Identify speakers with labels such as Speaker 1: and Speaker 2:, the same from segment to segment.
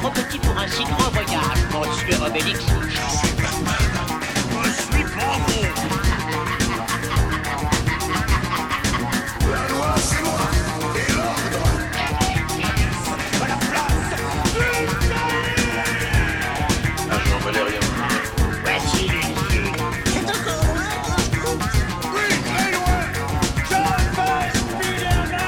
Speaker 1: pour un si grand voyage, monsieur Obélix.
Speaker 2: Je suis Flambeau. La loi, c'est moi. Et l'ordre. À la place.
Speaker 3: Ah, j'en valais rien.
Speaker 1: Voici l'usine.
Speaker 2: C'est encore loin. Oui, très loin. J'en passe, Spider-Man.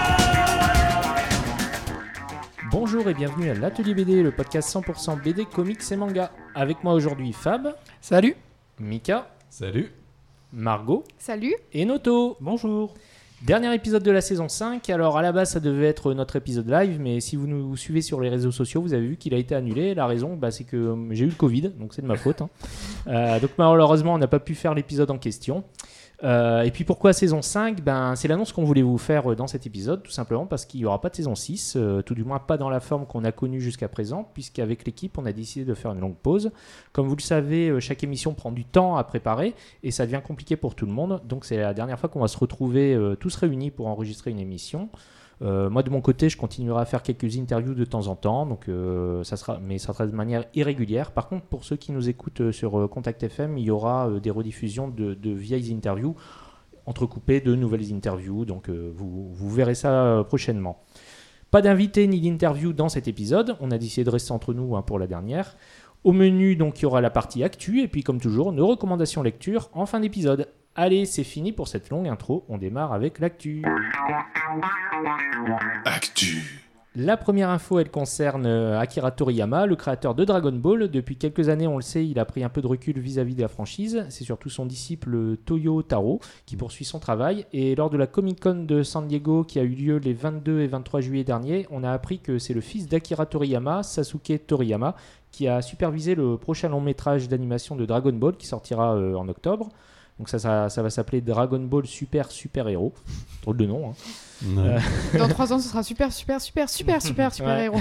Speaker 4: Bonjour et bienvenue à l'Atelier BD, le podcast 100% BD, comics et manga. Avec moi aujourd'hui Fab,
Speaker 5: Salut
Speaker 4: Mika,
Speaker 6: Salut
Speaker 4: Margot
Speaker 7: Salut
Speaker 4: et Noto. Bonjour. Dernier épisode de la saison 5. Alors à la base ça devait être notre épisode live, mais si vous nous suivez sur les réseaux sociaux, vous avez vu qu'il a été annulé. La raison, bah, c'est que euh, j'ai eu le Covid, donc c'est de ma faute. hein. Euh, donc malheureusement on n'a pas pu faire l'épisode en question. Euh, et puis pourquoi saison 5 ben, C'est l'annonce qu'on voulait vous faire euh, dans cet épisode, tout simplement parce qu'il n'y aura pas de saison 6, euh, tout du moins pas dans la forme qu'on a connue jusqu'à présent, puisqu'avec l'équipe on a décidé de faire une longue pause. Comme vous le savez, euh, chaque émission prend du temps à préparer et ça devient compliqué pour tout le monde. Donc c'est la dernière fois qu'on va se retrouver euh, tous réunis pour enregistrer une émission. Euh, moi de mon côté, je continuerai à faire quelques interviews de temps en temps, donc euh, ça sera, mais ça sera de manière irrégulière. Par contre, pour ceux qui nous écoutent euh, sur euh, Contact FM, il y aura euh, des rediffusions de, de vieilles interviews entrecoupées de nouvelles interviews, donc euh, vous, vous verrez ça euh, prochainement. Pas d'invité ni d'interview dans cet épisode, on a décidé de rester entre nous hein, pour la dernière. Au menu, donc, il y aura la partie actu, et puis, comme toujours, nos recommandations lecture en fin d'épisode. Allez, c'est fini pour cette longue intro, on démarre avec l'actu.
Speaker 3: Actu.
Speaker 4: La première info, elle concerne euh, Akira Toriyama, le créateur de Dragon Ball. Depuis quelques années, on le sait, il a pris un peu de recul vis-à-vis de la franchise. C'est surtout son disciple euh, Toyo Taro qui poursuit son travail. Et lors de la Comic Con de San Diego qui a eu lieu les 22 et 23 juillet dernier, on a appris que c'est le fils d'Akira Toriyama, Sasuke Toriyama, qui a supervisé le prochain long métrage d'animation de Dragon Ball qui sortira euh, en octobre. Donc ça, ça, ça va s'appeler Dragon Ball Super Super Héros. Drôle de nom. hein.
Speaker 7: Dans 3 ans, ce sera super, super, super, super, super, super
Speaker 4: Ouais.
Speaker 7: héros.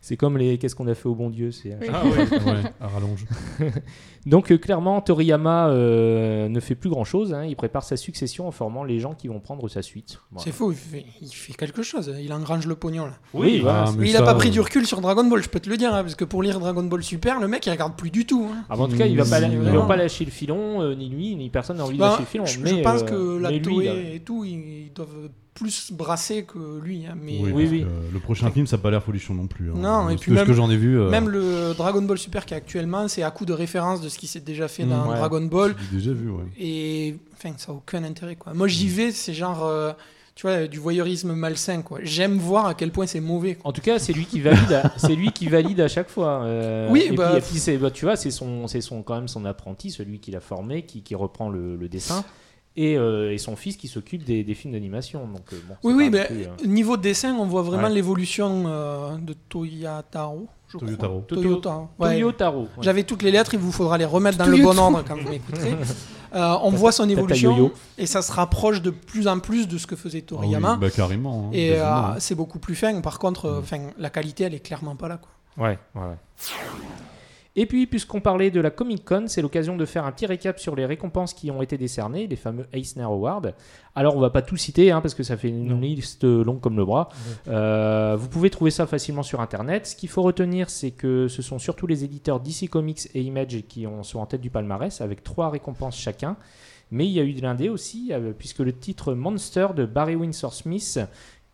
Speaker 4: C'est comme les Qu'est-ce qu'on a fait au bon Dieu c'est...
Speaker 7: Oui.
Speaker 6: Ah ouais, ouais, à rallonge.
Speaker 4: Donc euh, clairement, Toriyama euh, ne fait plus grand-chose. hein. Il prépare sa succession en formant les gens qui vont prendre sa suite. Voilà.
Speaker 5: C'est fou, il fait, il fait quelque chose, il engrange le pognon là.
Speaker 4: Oui, voilà.
Speaker 6: Ah, mais
Speaker 5: Mais il a
Speaker 6: ça,
Speaker 5: pas pris du
Speaker 6: euh,
Speaker 5: recul sur Dragon Ball, je peux te le dire, hein, parce que pour lire Dragon Ball Super, le mec il regarde plus du tout. hein.
Speaker 4: Ah, mais en tout cas, il va pas,
Speaker 5: Oui,
Speaker 4: il va
Speaker 5: vraiment.
Speaker 4: pas lâcher le filon, euh, ni lui, ni personne n'a envie de
Speaker 5: Bah,
Speaker 4: lâcher le filon.
Speaker 5: je, je
Speaker 4: mais,
Speaker 5: pense
Speaker 4: euh,
Speaker 5: que la
Speaker 4: mais lui,
Speaker 5: Toei
Speaker 4: là,
Speaker 5: et tout, ils, ils doivent plus brasser que lui. hein, mais
Speaker 6: Oui,
Speaker 4: Oui,
Speaker 6: parce
Speaker 4: oui.
Speaker 6: que Le prochain film, ça n'a pas l'air folichon non plus. hein.
Speaker 5: Non, et
Speaker 6: De ce
Speaker 5: puis
Speaker 6: que- ce
Speaker 5: même-
Speaker 6: que j'en ai vu. euh,
Speaker 5: même le Dragon Ball Super qui est actuellement, c'est à coup de référence de ce qui s'est déjà fait
Speaker 6: Mm,
Speaker 5: dans
Speaker 4: ouais.
Speaker 5: Dragon Ball.
Speaker 6: j'ai déjà vu, ouais.
Speaker 5: Et enfin, ça n'a aucun intérêt. Quoi. Moi, j'y vais, c'est genre, euh, tu vois, du voyeurisme malsain. quoi. J'aime voir à quel point c'est mauvais. quoi.
Speaker 4: En tout cas, c'est lui qui valide. à- c'est lui qui valide à chaque fois. euh,
Speaker 5: Oui,
Speaker 4: et
Speaker 5: bah,
Speaker 4: puis, et puis, c'est- bah, tu vois, c'est son, c'est son quand même son apprenti, celui qui l'a formé, qui, qui reprend le, le dessin, et, euh, et son fils qui s'occupe des, des films d'animation. Donc euh, bon, c'est
Speaker 5: Oui, oui,
Speaker 4: pas non
Speaker 5: mais
Speaker 4: plus, euh,
Speaker 5: niveau dessin, on voit vraiment
Speaker 4: Ouais.
Speaker 5: l'évolution euh, de Toyotaro. Je crois.
Speaker 6: Toyotaro.
Speaker 5: Toyotaro, ouais.
Speaker 4: Toyo Taro. ouais.
Speaker 5: J'avais toutes les lettres, il vous faudra les remettre dans le
Speaker 7: Toyotaro.
Speaker 5: bon ordre quand vous m'écouterez. Euh, on voit son
Speaker 4: Tata
Speaker 5: évolution
Speaker 4: Yo-Yo.
Speaker 5: et ça se rapproche de plus en plus de ce que faisait
Speaker 6: Ah oui,
Speaker 5: Toriyama.
Speaker 6: bah, carrément. hein,
Speaker 5: Et euh,
Speaker 6: quasiment, hein.
Speaker 5: c'est beaucoup plus fin. Par contre,
Speaker 4: Mm.
Speaker 5: euh, enfin, la qualité, elle est clairement pas là. Quoi.
Speaker 4: Ouais, ouais, ouais. Et puis, puisqu'on parlait de la Comic Con, c'est l'occasion de faire un petit récap sur les récompenses qui ont été décernées, les fameux Eisner Awards. Alors, on va pas tout citer, hein, parce que ça fait une liste longue comme le bras. Euh, vous pouvez trouver ça facilement sur Internet. Ce qu'il faut retenir, c'est que ce sont surtout les éditeurs DC Comics et Image qui ont- sont en tête du palmarès, avec trois récompenses chacun. Mais il y a eu de l'indé aussi, euh, puisque le titre Monster de Barry Windsor Smith,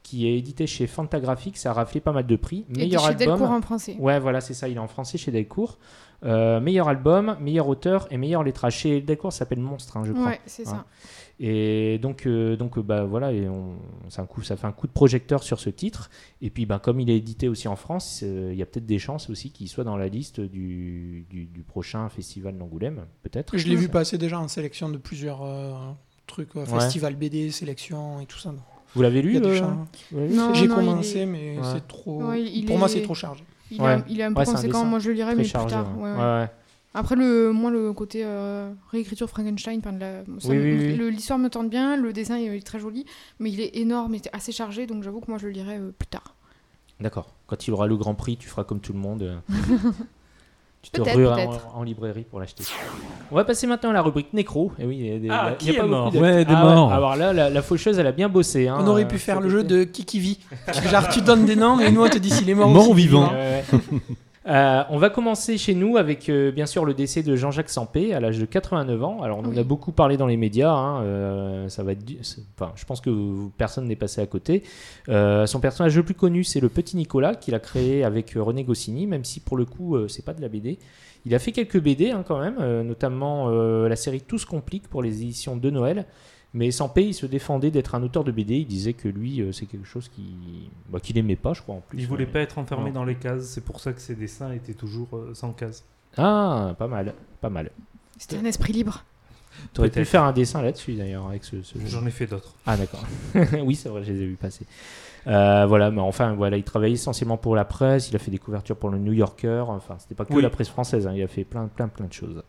Speaker 4: qui est édité chez Fantagraphics, a raflé pas mal de prix.
Speaker 7: Et
Speaker 4: Meilleur
Speaker 7: chez
Speaker 4: album.
Speaker 7: Delcourt en français.
Speaker 4: Ouais, voilà, c'est ça. Il est en français chez Delcourt. Euh, meilleur album, meilleur auteur et meilleur lettrage. Chez Delcourt, ça s'appelle Monstre, hein, je crois.
Speaker 7: Ouais, c'est ça.
Speaker 4: Et donc, euh, donc euh, bah, voilà, et on, c'est un coup, ça fait un coup de projecteur sur ce titre. Et puis, bah, comme il est édité aussi en France, euh, il y a peut-être des chances aussi qu'il soit dans la liste du, du, du prochain festival d'Angoulême, peut-être.
Speaker 5: Je l'ai vu passer déjà en sélection de plusieurs euh, trucs, euh,
Speaker 4: Ouais.
Speaker 5: festival BD, sélection et tout ça. donc,
Speaker 4: Vous l'avez
Speaker 5: il y
Speaker 4: lu
Speaker 5: a hein. des
Speaker 4: euh,
Speaker 5: chances.
Speaker 4: vous l'avez lu
Speaker 7: Non,
Speaker 5: J'ai
Speaker 7: il
Speaker 5: commencé,
Speaker 7: est-
Speaker 5: mais
Speaker 4: Ouais.
Speaker 5: c'est trop.
Speaker 7: Ouais, il
Speaker 5: Pour moi,
Speaker 7: est-
Speaker 5: c'est trop chargé.
Speaker 7: Il,
Speaker 4: Ouais.
Speaker 7: est, il est un peu
Speaker 4: Ouais, c'est un
Speaker 7: conséquent.
Speaker 4: dessin
Speaker 7: Moi, je le lirai,
Speaker 4: Très
Speaker 7: mais
Speaker 4: chargé, hein.
Speaker 7: plus
Speaker 4: ouais.
Speaker 7: tard. ouais, ouais.
Speaker 4: Ouais, ouais.
Speaker 7: Après, le, moi, le côté euh, réécriture Frankenstein, enfin, de la- ça
Speaker 4: Oui,
Speaker 7: me-
Speaker 4: oui, oui.
Speaker 7: le- l'histoire me tente bien, le dessin il est très joli, mais il est énorme et assez chargé, donc j'avoue que moi, je le lirai euh, plus tard.
Speaker 4: D'accord. Quand il aura le Grand Prix, tu feras comme tout le monde. euh. Tu te
Speaker 7: Peut-être,
Speaker 4: rueras
Speaker 7: peut-être.
Speaker 4: en, en librairie pour l'acheter. On va passer maintenant à la rubrique nécro. Et oui, il y a des,
Speaker 8: Ah,
Speaker 4: il y a
Speaker 8: qui est
Speaker 4: pas beaucoup
Speaker 8: mort
Speaker 4: d'actu-
Speaker 6: Ouais, des
Speaker 4: Ah
Speaker 6: morts.
Speaker 4: Alors là, la, la faucheuse, elle a bien bossé. hein.
Speaker 5: On aurait pu
Speaker 4: Euh,
Speaker 5: faire
Speaker 4: cet
Speaker 5: le jeu
Speaker 4: été.
Speaker 5: de qui qui vit. Genre, tu donnes des noms, mais nous, on te dit s'il est mort,
Speaker 6: Mort
Speaker 5: s'il
Speaker 6: ou
Speaker 5: est
Speaker 6: vivant.
Speaker 4: Ouais, ouais. Euh, on va commencer chez nous avec euh, bien sûr le décès de Jean-Jacques Sampé à l'âge de 89 ans. Alors on en a
Speaker 7: Oui.
Speaker 4: beaucoup parlé dans les médias. hein, euh, ça va être, du- c'est- enfin, je pense que vous- personne n'est passé à côté. Euh, son personnage le plus connu, c'est le petit Nicolas qu'il a créé avec euh, René Goscinny, même si pour le coup euh, c'est pas de la BD. Il a fait quelques BD hein, quand même, euh, notamment euh, la série Tous complique pour les éditions de Noël. Mais Sampé, il se défendait d'être un auteur de BD. Il disait que lui, euh, c'est quelque chose qui, bah, qu'il aimait pas, je crois en plus.
Speaker 8: Il voulait
Speaker 4: Ouais.
Speaker 8: pas être enfermé
Speaker 4: Non.
Speaker 8: dans les cases, c'est pour ça que ses dessins étaient toujours euh, sans cases.
Speaker 4: Ah, pas mal, pas mal.
Speaker 7: C'était un esprit libre.
Speaker 4: T'aurais pu
Speaker 8: Peut-être.
Speaker 4: faire un dessin là-dessus d'ailleurs avec ce, ce jeu.
Speaker 8: J'en ai fait d'autres.
Speaker 4: Ah d'accord. oui, c'est vrai, je les ai vus passer. Euh, voilà, mais enfin voilà, il travaillait essentiellement pour la presse. Il a fait des couvertures pour le New Yorker. Enfin, c'était pas que
Speaker 8: Oui.
Speaker 4: la presse française. hein, il a fait plein, plein, plein de choses.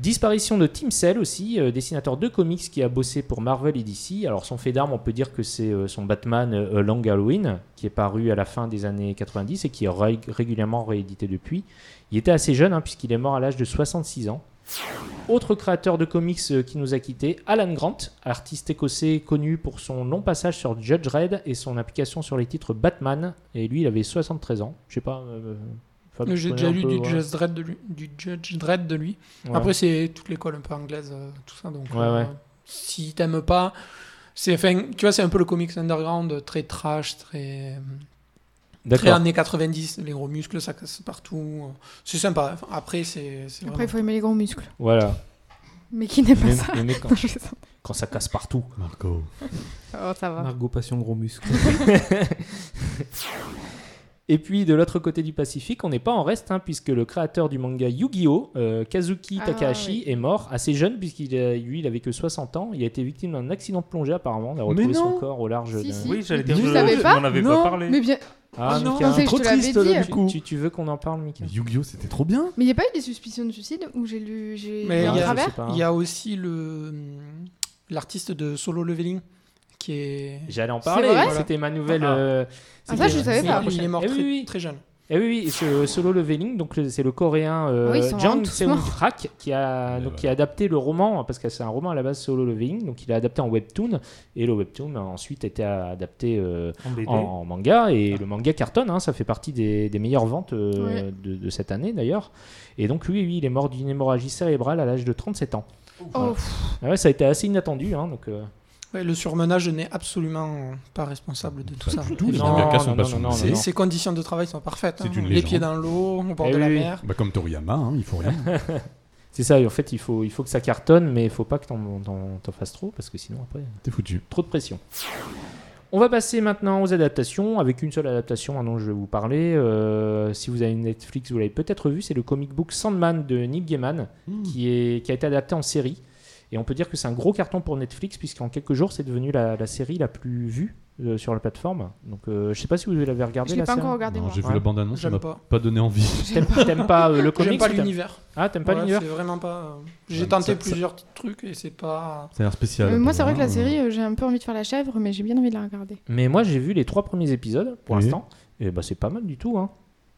Speaker 4: Disparition de Tim Sale aussi, euh, dessinateur de comics qui a bossé pour Marvel et DC. Alors son fait d'armes, on peut dire que c'est euh, son Batman euh, A Long Halloween, qui est paru à la fin des années 90 et qui est ré- régulièrement réédité depuis. Il était assez jeune hein, puisqu'il est mort à l'âge de 66 ans. Autre créateur de comics euh, qui nous a quittés, Alan Grant, artiste écossais connu pour son long passage sur Judge Red et son application sur les titres Batman. Et lui, il avait 73 ans. Je sais pas. euh, Fab,
Speaker 5: Mais
Speaker 4: tu
Speaker 5: J'ai
Speaker 4: connais
Speaker 5: déjà
Speaker 4: un
Speaker 5: lu
Speaker 4: peu,
Speaker 5: du,
Speaker 4: ouais.
Speaker 5: Judge Dredd de lui, du Judge Dredd de lui.
Speaker 4: Ouais.
Speaker 5: Après, c'est toute l'école un peu anglaise, euh, tout ça. Donc,
Speaker 4: Ouais,
Speaker 5: euh,
Speaker 4: ouais.
Speaker 5: si t'aimes pas, c'est, enfin, tu vois, c'est un peu le comics underground, euh, très trash, très, euh, très
Speaker 4: D'accord.
Speaker 5: années 90, les gros muscles, ça casse partout. euh, C'est sympa. Enfin, Après, c'est, c'est
Speaker 7: Après, il
Speaker 5: vraiment-
Speaker 7: faut aimer les grands muscles.
Speaker 4: Voilà.
Speaker 7: Mais qui n'aime pas
Speaker 4: Mais-
Speaker 7: ça
Speaker 4: mais- mais quand,
Speaker 7: Non, je plaisante.
Speaker 4: quand ça casse partout.
Speaker 6: Marco.
Speaker 7: Oh, ça va.
Speaker 8: Margot Passion Gros Muscle.
Speaker 4: Et puis de l'autre côté du Pacifique, on n'est pas en reste, hein, puisque le créateur du manga Yu-Gi-Oh, euh, Kazuki
Speaker 7: Ah,
Speaker 4: Takahashi, est mort assez jeune, puisqu'il a- lui, il avait que 60 ans. Il a été victime d'un accident de plongée apparemment. Il a retrouvé
Speaker 6: Mais non.
Speaker 4: son corps au large.
Speaker 7: Si,
Speaker 4: d'un-
Speaker 7: si.
Speaker 8: Oui, j'allais
Speaker 7: Tu
Speaker 8: dire, je,
Speaker 7: savais
Speaker 8: je
Speaker 7: pas
Speaker 8: n'en avais
Speaker 6: Non.
Speaker 8: pas parlé.
Speaker 7: Mais bien.
Speaker 4: Ah,
Speaker 7: non,
Speaker 4: Mika,
Speaker 7: c'est- je
Speaker 6: trop
Speaker 7: te l'avais
Speaker 6: triste,
Speaker 7: dit.
Speaker 6: là, du
Speaker 4: tu-
Speaker 6: coup.
Speaker 4: tu, tu veux qu'on en parle, Mika
Speaker 6: Mais Yu-Gi-Oh, c'était trop bien.
Speaker 7: Mais il n'y a pas eu des suspicions de suicide où j'ai lu. J'ai
Speaker 5: Mais
Speaker 7: lu
Speaker 5: il y
Speaker 7: à
Speaker 5: a-
Speaker 7: travers
Speaker 6: hein.
Speaker 5: Il y a aussi le, hum, l'artiste de Solo Leveling qui est.
Speaker 4: J'allais en
Speaker 7: C'est
Speaker 4: parler.
Speaker 7: vrai
Speaker 4: voilà. C'était ma nouvelle.
Speaker 8: Ah.
Speaker 4: euh,
Speaker 7: Ah, ça,
Speaker 4: c'était-
Speaker 7: je savais
Speaker 4: c'est
Speaker 5: il,
Speaker 7: pas.
Speaker 4: la prochaine.
Speaker 5: est mort
Speaker 4: Eh
Speaker 5: très,
Speaker 4: oui, oui.
Speaker 5: très jeune.
Speaker 4: Eh oui, oui, et ce solo leveling, donc le- c'est le coréen euh,
Speaker 7: Oui, ils sont
Speaker 4: Jang
Speaker 7: vraiment tous
Speaker 4: Seung
Speaker 7: morts.
Speaker 4: Rak qui a,
Speaker 6: Ouais,
Speaker 4: donc,
Speaker 6: ouais.
Speaker 4: qui a adapté le roman, parce que c'est un roman à la base solo leveling, donc il a adapté en webtoon, et le webtoon a ensuite été adapté euh,
Speaker 8: En BD.
Speaker 4: en, en manga, et le manga cartonne, hein, ça fait partie des, des meilleures ventes euh,
Speaker 7: Ouais.
Speaker 4: de, de cette année d'ailleurs. Et donc lui, oui, il est mort d'une hémorragie cérébrale à l'âge de 37 ans.
Speaker 7: Oh,
Speaker 4: Ah ouais, ça a été assez inattendu, hein, donc... euh,
Speaker 5: Ouais, le surmenage n'est absolument pas responsable de tout ça.
Speaker 6: du tout, les
Speaker 4: non, non,
Speaker 6: mangakas sont
Speaker 4: non,
Speaker 6: pas
Speaker 4: non, non,
Speaker 5: Ses,
Speaker 6: surmenés.
Speaker 5: ses conditions de travail sont parfaites.
Speaker 6: C'est
Speaker 5: hein.
Speaker 6: une
Speaker 5: Les
Speaker 6: légende.
Speaker 5: pieds dans l'eau, au bord
Speaker 4: Eh
Speaker 5: de la
Speaker 4: oui.
Speaker 5: mer.
Speaker 6: Bah, comme Toriyama, hein, il faut rien.
Speaker 4: C'est ça, et en fait, il faut, il faut que ça cartonne, mais il faut pas que t'en- t'en t'en fasses trop, parce que sinon après...
Speaker 6: T'es foutu.
Speaker 4: trop de pression. On va passer maintenant aux adaptations, avec une seule adaptation hein, dont je vais vous parler. Euh, si vous avez Netflix, vous l'avez peut-être vu, c'est le comic book Sandman de Nick Gaiman,
Speaker 6: Hmm.
Speaker 4: qui, est, qui a été adapté en série. Et on peut dire que c'est un gros carton pour Netflix, puisqu'en quelques jours, c'est devenu la, la série la plus vue euh, sur la plateforme. Donc euh, je sais pas si vous l'avez regardé
Speaker 7: je
Speaker 4: la
Speaker 7: l'ai pas
Speaker 4: série.
Speaker 7: encore regardé
Speaker 6: Non,
Speaker 7: moi.
Speaker 6: J'ai vu
Speaker 4: Ouais.
Speaker 6: la bande-annonce, ça
Speaker 5: J'aime
Speaker 6: m'a
Speaker 5: pas.
Speaker 6: pas donné envie.
Speaker 4: T'aimes t'aimes pas euh, le comic
Speaker 5: J'aime pas
Speaker 4: t'aimes-
Speaker 5: l'univers.
Speaker 4: Ah, t'aimes pas
Speaker 5: Ouais,
Speaker 4: l'univers
Speaker 5: C'est vraiment pas. euh, J'ai
Speaker 6: Ouais,
Speaker 5: tenté
Speaker 6: ça-
Speaker 5: plusieurs trucs et c'est pas.
Speaker 6: Ça a l'air spécial.
Speaker 7: Mais Euh, moi, c'est vrai que la
Speaker 6: Ouais.
Speaker 7: série, euh, j'ai un peu envie de faire la chèvre, mais j'ai bien envie de la regarder.
Speaker 4: Mais moi, j'ai vu les trois premiers épisodes pour
Speaker 6: Oui.
Speaker 4: l'instant. Et bah, c'est pas mal du tout. Hein.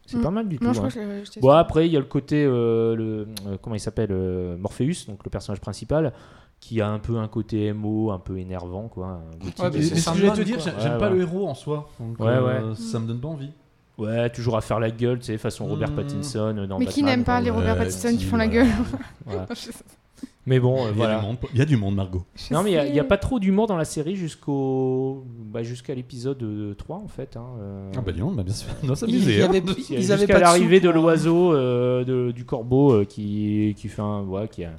Speaker 4: C'est
Speaker 7: Hmm.
Speaker 4: pas mal du tout.
Speaker 7: Non, je
Speaker 4: hein.
Speaker 7: crois que je- je t'ai-
Speaker 4: Bon après il y a le côté euh, le euh, comment il s'appelle euh, Morpheus donc le personnage principal qui a un peu un côté MO un peu énervant quoi. un goût
Speaker 5: Ouais,
Speaker 4: de-
Speaker 5: mais c'est
Speaker 6: euh, ce que j'allais
Speaker 5: Sandman,
Speaker 6: te dire,
Speaker 5: quoi.
Speaker 6: j'ai- j'aime
Speaker 4: Ouais,
Speaker 6: pas
Speaker 4: ouais.
Speaker 6: le héros en soi. Donc,
Speaker 4: Ouais,
Speaker 6: euh, Ça me donne pas envie.
Speaker 4: Ouais, toujours à faire la gueule tu sais façon Robert
Speaker 6: Hmm.
Speaker 4: Pattinson euh, dans
Speaker 7: Mais qui
Speaker 4: Batman,
Speaker 7: n'aime pas
Speaker 4: quoi.
Speaker 7: les Robert
Speaker 6: Ouais,
Speaker 7: Pattinson
Speaker 6: si,
Speaker 7: qui font la
Speaker 6: voilà.
Speaker 7: gueule
Speaker 4: Voilà. Mais bon euh,
Speaker 6: Il y, a
Speaker 4: voilà.
Speaker 6: du monde, il y a du monde, Margot.
Speaker 7: Je
Speaker 4: Non mais il y a- il y a,
Speaker 7: sais.
Speaker 4: pas trop d'humour dans la série jusqu'au bah, jusqu'à l'épisode euh, 3 en fait hein, euh.
Speaker 6: Ah bah, du monde, bah, bien sûr. Non, ça hein. me
Speaker 5: Ils,
Speaker 6: disait.
Speaker 5: avaient,
Speaker 4: Il y a
Speaker 5: ils avaient
Speaker 4: jusqu'à
Speaker 5: pas de
Speaker 4: l'arrivée
Speaker 5: sous
Speaker 4: de
Speaker 7: hein.
Speaker 5: pour-
Speaker 4: l'oiseau, euh, de- du corbeau, euh, qui, qui fait un, ouais, qui a,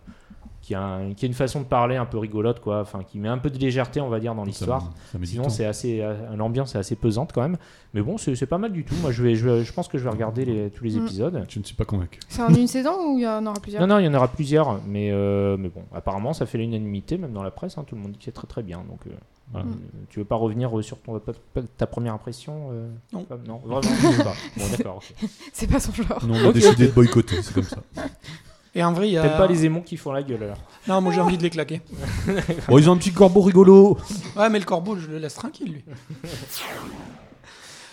Speaker 4: qui a un- qui a une façon de parler un peu rigolote, quoi. Enfin, qui met un peu de légèreté, on va dire, dans l'histoire.
Speaker 6: Ça me dit
Speaker 4: Sinon, c'est assez, euh, l'ambiance est assez pesante quand même. Mais bon, c'est c'est pas mal du tout. Moi, je vais, je, vais- je pense que je vais regarder les- tous les
Speaker 7: Mm.
Speaker 4: épisodes.
Speaker 6: Je ne suis pas convaincu.
Speaker 7: C'est en une saison ou il y en aura plusieurs
Speaker 4: Non, non, il y en aura plusieurs, mais, euh, mais bon, apparemment, ça fait l'unanimité, même dans la presse. hein, tout le monde dit que c'est très très bien. Donc, euh, voilà.
Speaker 7: Mm.
Speaker 4: Euh, tu veux pas revenir euh, sur ton, ta première impression euh,
Speaker 5: Non.
Speaker 4: Fab non, vraiment, tu veux pas. Bon, d'accord. ok.
Speaker 7: C'est pas son genre.
Speaker 6: Non, on a
Speaker 4: Ok.
Speaker 6: décidé de boycotter, c'est comme ça.
Speaker 5: Et en vrai, il y a.
Speaker 4: T'aimes pas les aimants qui font la gueule alors.
Speaker 5: Non, moi j'ai envie de les claquer.
Speaker 6: Bon, ils ont un petit corbeau rigolo.
Speaker 5: Ouais, mais le corbeau, je le laisse tranquille, lui.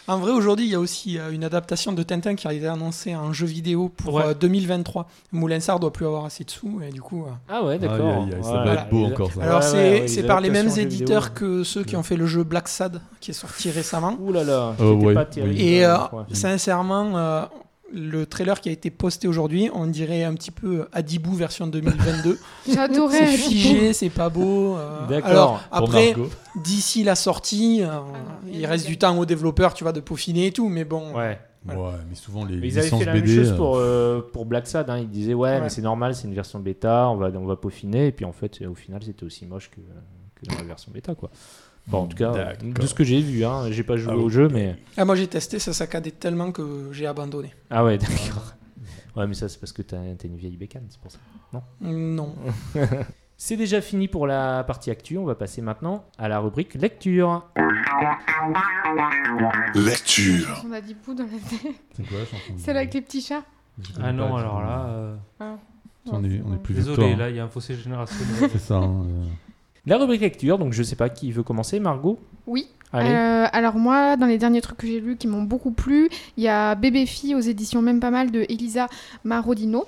Speaker 5: En vrai, aujourd'hui, il y a aussi euh, une adaptation de Tintin qui a été annoncée en jeu vidéo pour
Speaker 8: Ouais.
Speaker 5: euh, 2023. Moulinsard doit plus avoir assez de sous, et du coup. euh,
Speaker 4: Ah ouais,
Speaker 6: Aïe,
Speaker 4: d'accord.
Speaker 6: aïe, aïe, Ça
Speaker 4: Voilà.
Speaker 6: va être beau encore ça.
Speaker 5: Alors,
Speaker 4: ouais,
Speaker 5: c'est
Speaker 4: ouais,
Speaker 5: c'est
Speaker 4: les
Speaker 5: par les mêmes
Speaker 4: adaptations jeux vidéo.
Speaker 5: éditeurs que ceux qui ont fait le jeu Black Sad, qui est sorti récemment.
Speaker 4: Ouh là là,
Speaker 6: Oh,
Speaker 4: c'était
Speaker 6: ouais,
Speaker 4: pas terrible.
Speaker 6: oui.
Speaker 5: Et euh,
Speaker 4: Ouais.
Speaker 5: sincèrement, euh, le trailer qui a été posté aujourd'hui, on dirait un petit peu Adibou version 2022. c'est
Speaker 7: J'adorais.
Speaker 5: figé, c'est pas beau. euh,
Speaker 4: D'accord.
Speaker 5: Alors
Speaker 6: Pour
Speaker 5: après,
Speaker 6: Margot.
Speaker 5: d'ici la sortie, euh, il
Speaker 7: Ah,
Speaker 5: reste du temps aux développeurs, tu vois, de peaufiner et tout. Mais bon,
Speaker 4: Ouais.
Speaker 6: Ouais, mais souvent les
Speaker 4: Mais ils avaient
Speaker 6: licences
Speaker 4: fait la même
Speaker 6: BD.
Speaker 4: chose
Speaker 6: euh,
Speaker 4: pour, euh, pour Black Sad. hein. Ils disaient, ouais,
Speaker 5: Ouais.
Speaker 4: mais c'est normal, c'est une version bêta, on va, on va peaufiner. Et puis en fait, au final, c'était aussi moche que, que dans la version bêta, quoi. Bon, en tout cas,
Speaker 6: D'accord.
Speaker 4: de ce que j'ai vu, hein, j'ai pas joué
Speaker 6: Ah
Speaker 4: au
Speaker 6: oui.
Speaker 4: jeu, mais.
Speaker 5: ah, moi j'ai testé, ça saccadait tellement que j'ai abandonné.
Speaker 4: Ah ouais, d'accord. Ouais, mais ça, c'est parce que t'as t'as une vieille bécane, c'est pour ça.
Speaker 5: Non.
Speaker 7: Euh,
Speaker 4: C'est déjà fini pour la partie actu. On va passer maintenant à la rubrique lecture.
Speaker 3: Lecture.
Speaker 7: On a dit bout dans la tête.
Speaker 6: C'est quoi la chanson
Speaker 7: Celle avec les petits chats.
Speaker 6: Je connais
Speaker 8: Ah non,
Speaker 6: pas,
Speaker 8: alors
Speaker 6: je-
Speaker 8: là, euh,
Speaker 6: On est, on est plus vieux que toi,
Speaker 8: désolé,
Speaker 6: hein.
Speaker 8: là, il y a un fossé générationnel.
Speaker 6: C'est ça. hein, euh,
Speaker 4: La rubrique lecture, donc je sais pas qui veut commencer, Margot
Speaker 7: Oui.
Speaker 4: Allez.
Speaker 7: Euh, alors moi, dans les derniers trucs que j'ai lus qui m'ont beaucoup plu, il y a Bébé Fille aux éditions même pas mal de Elisa Marodino.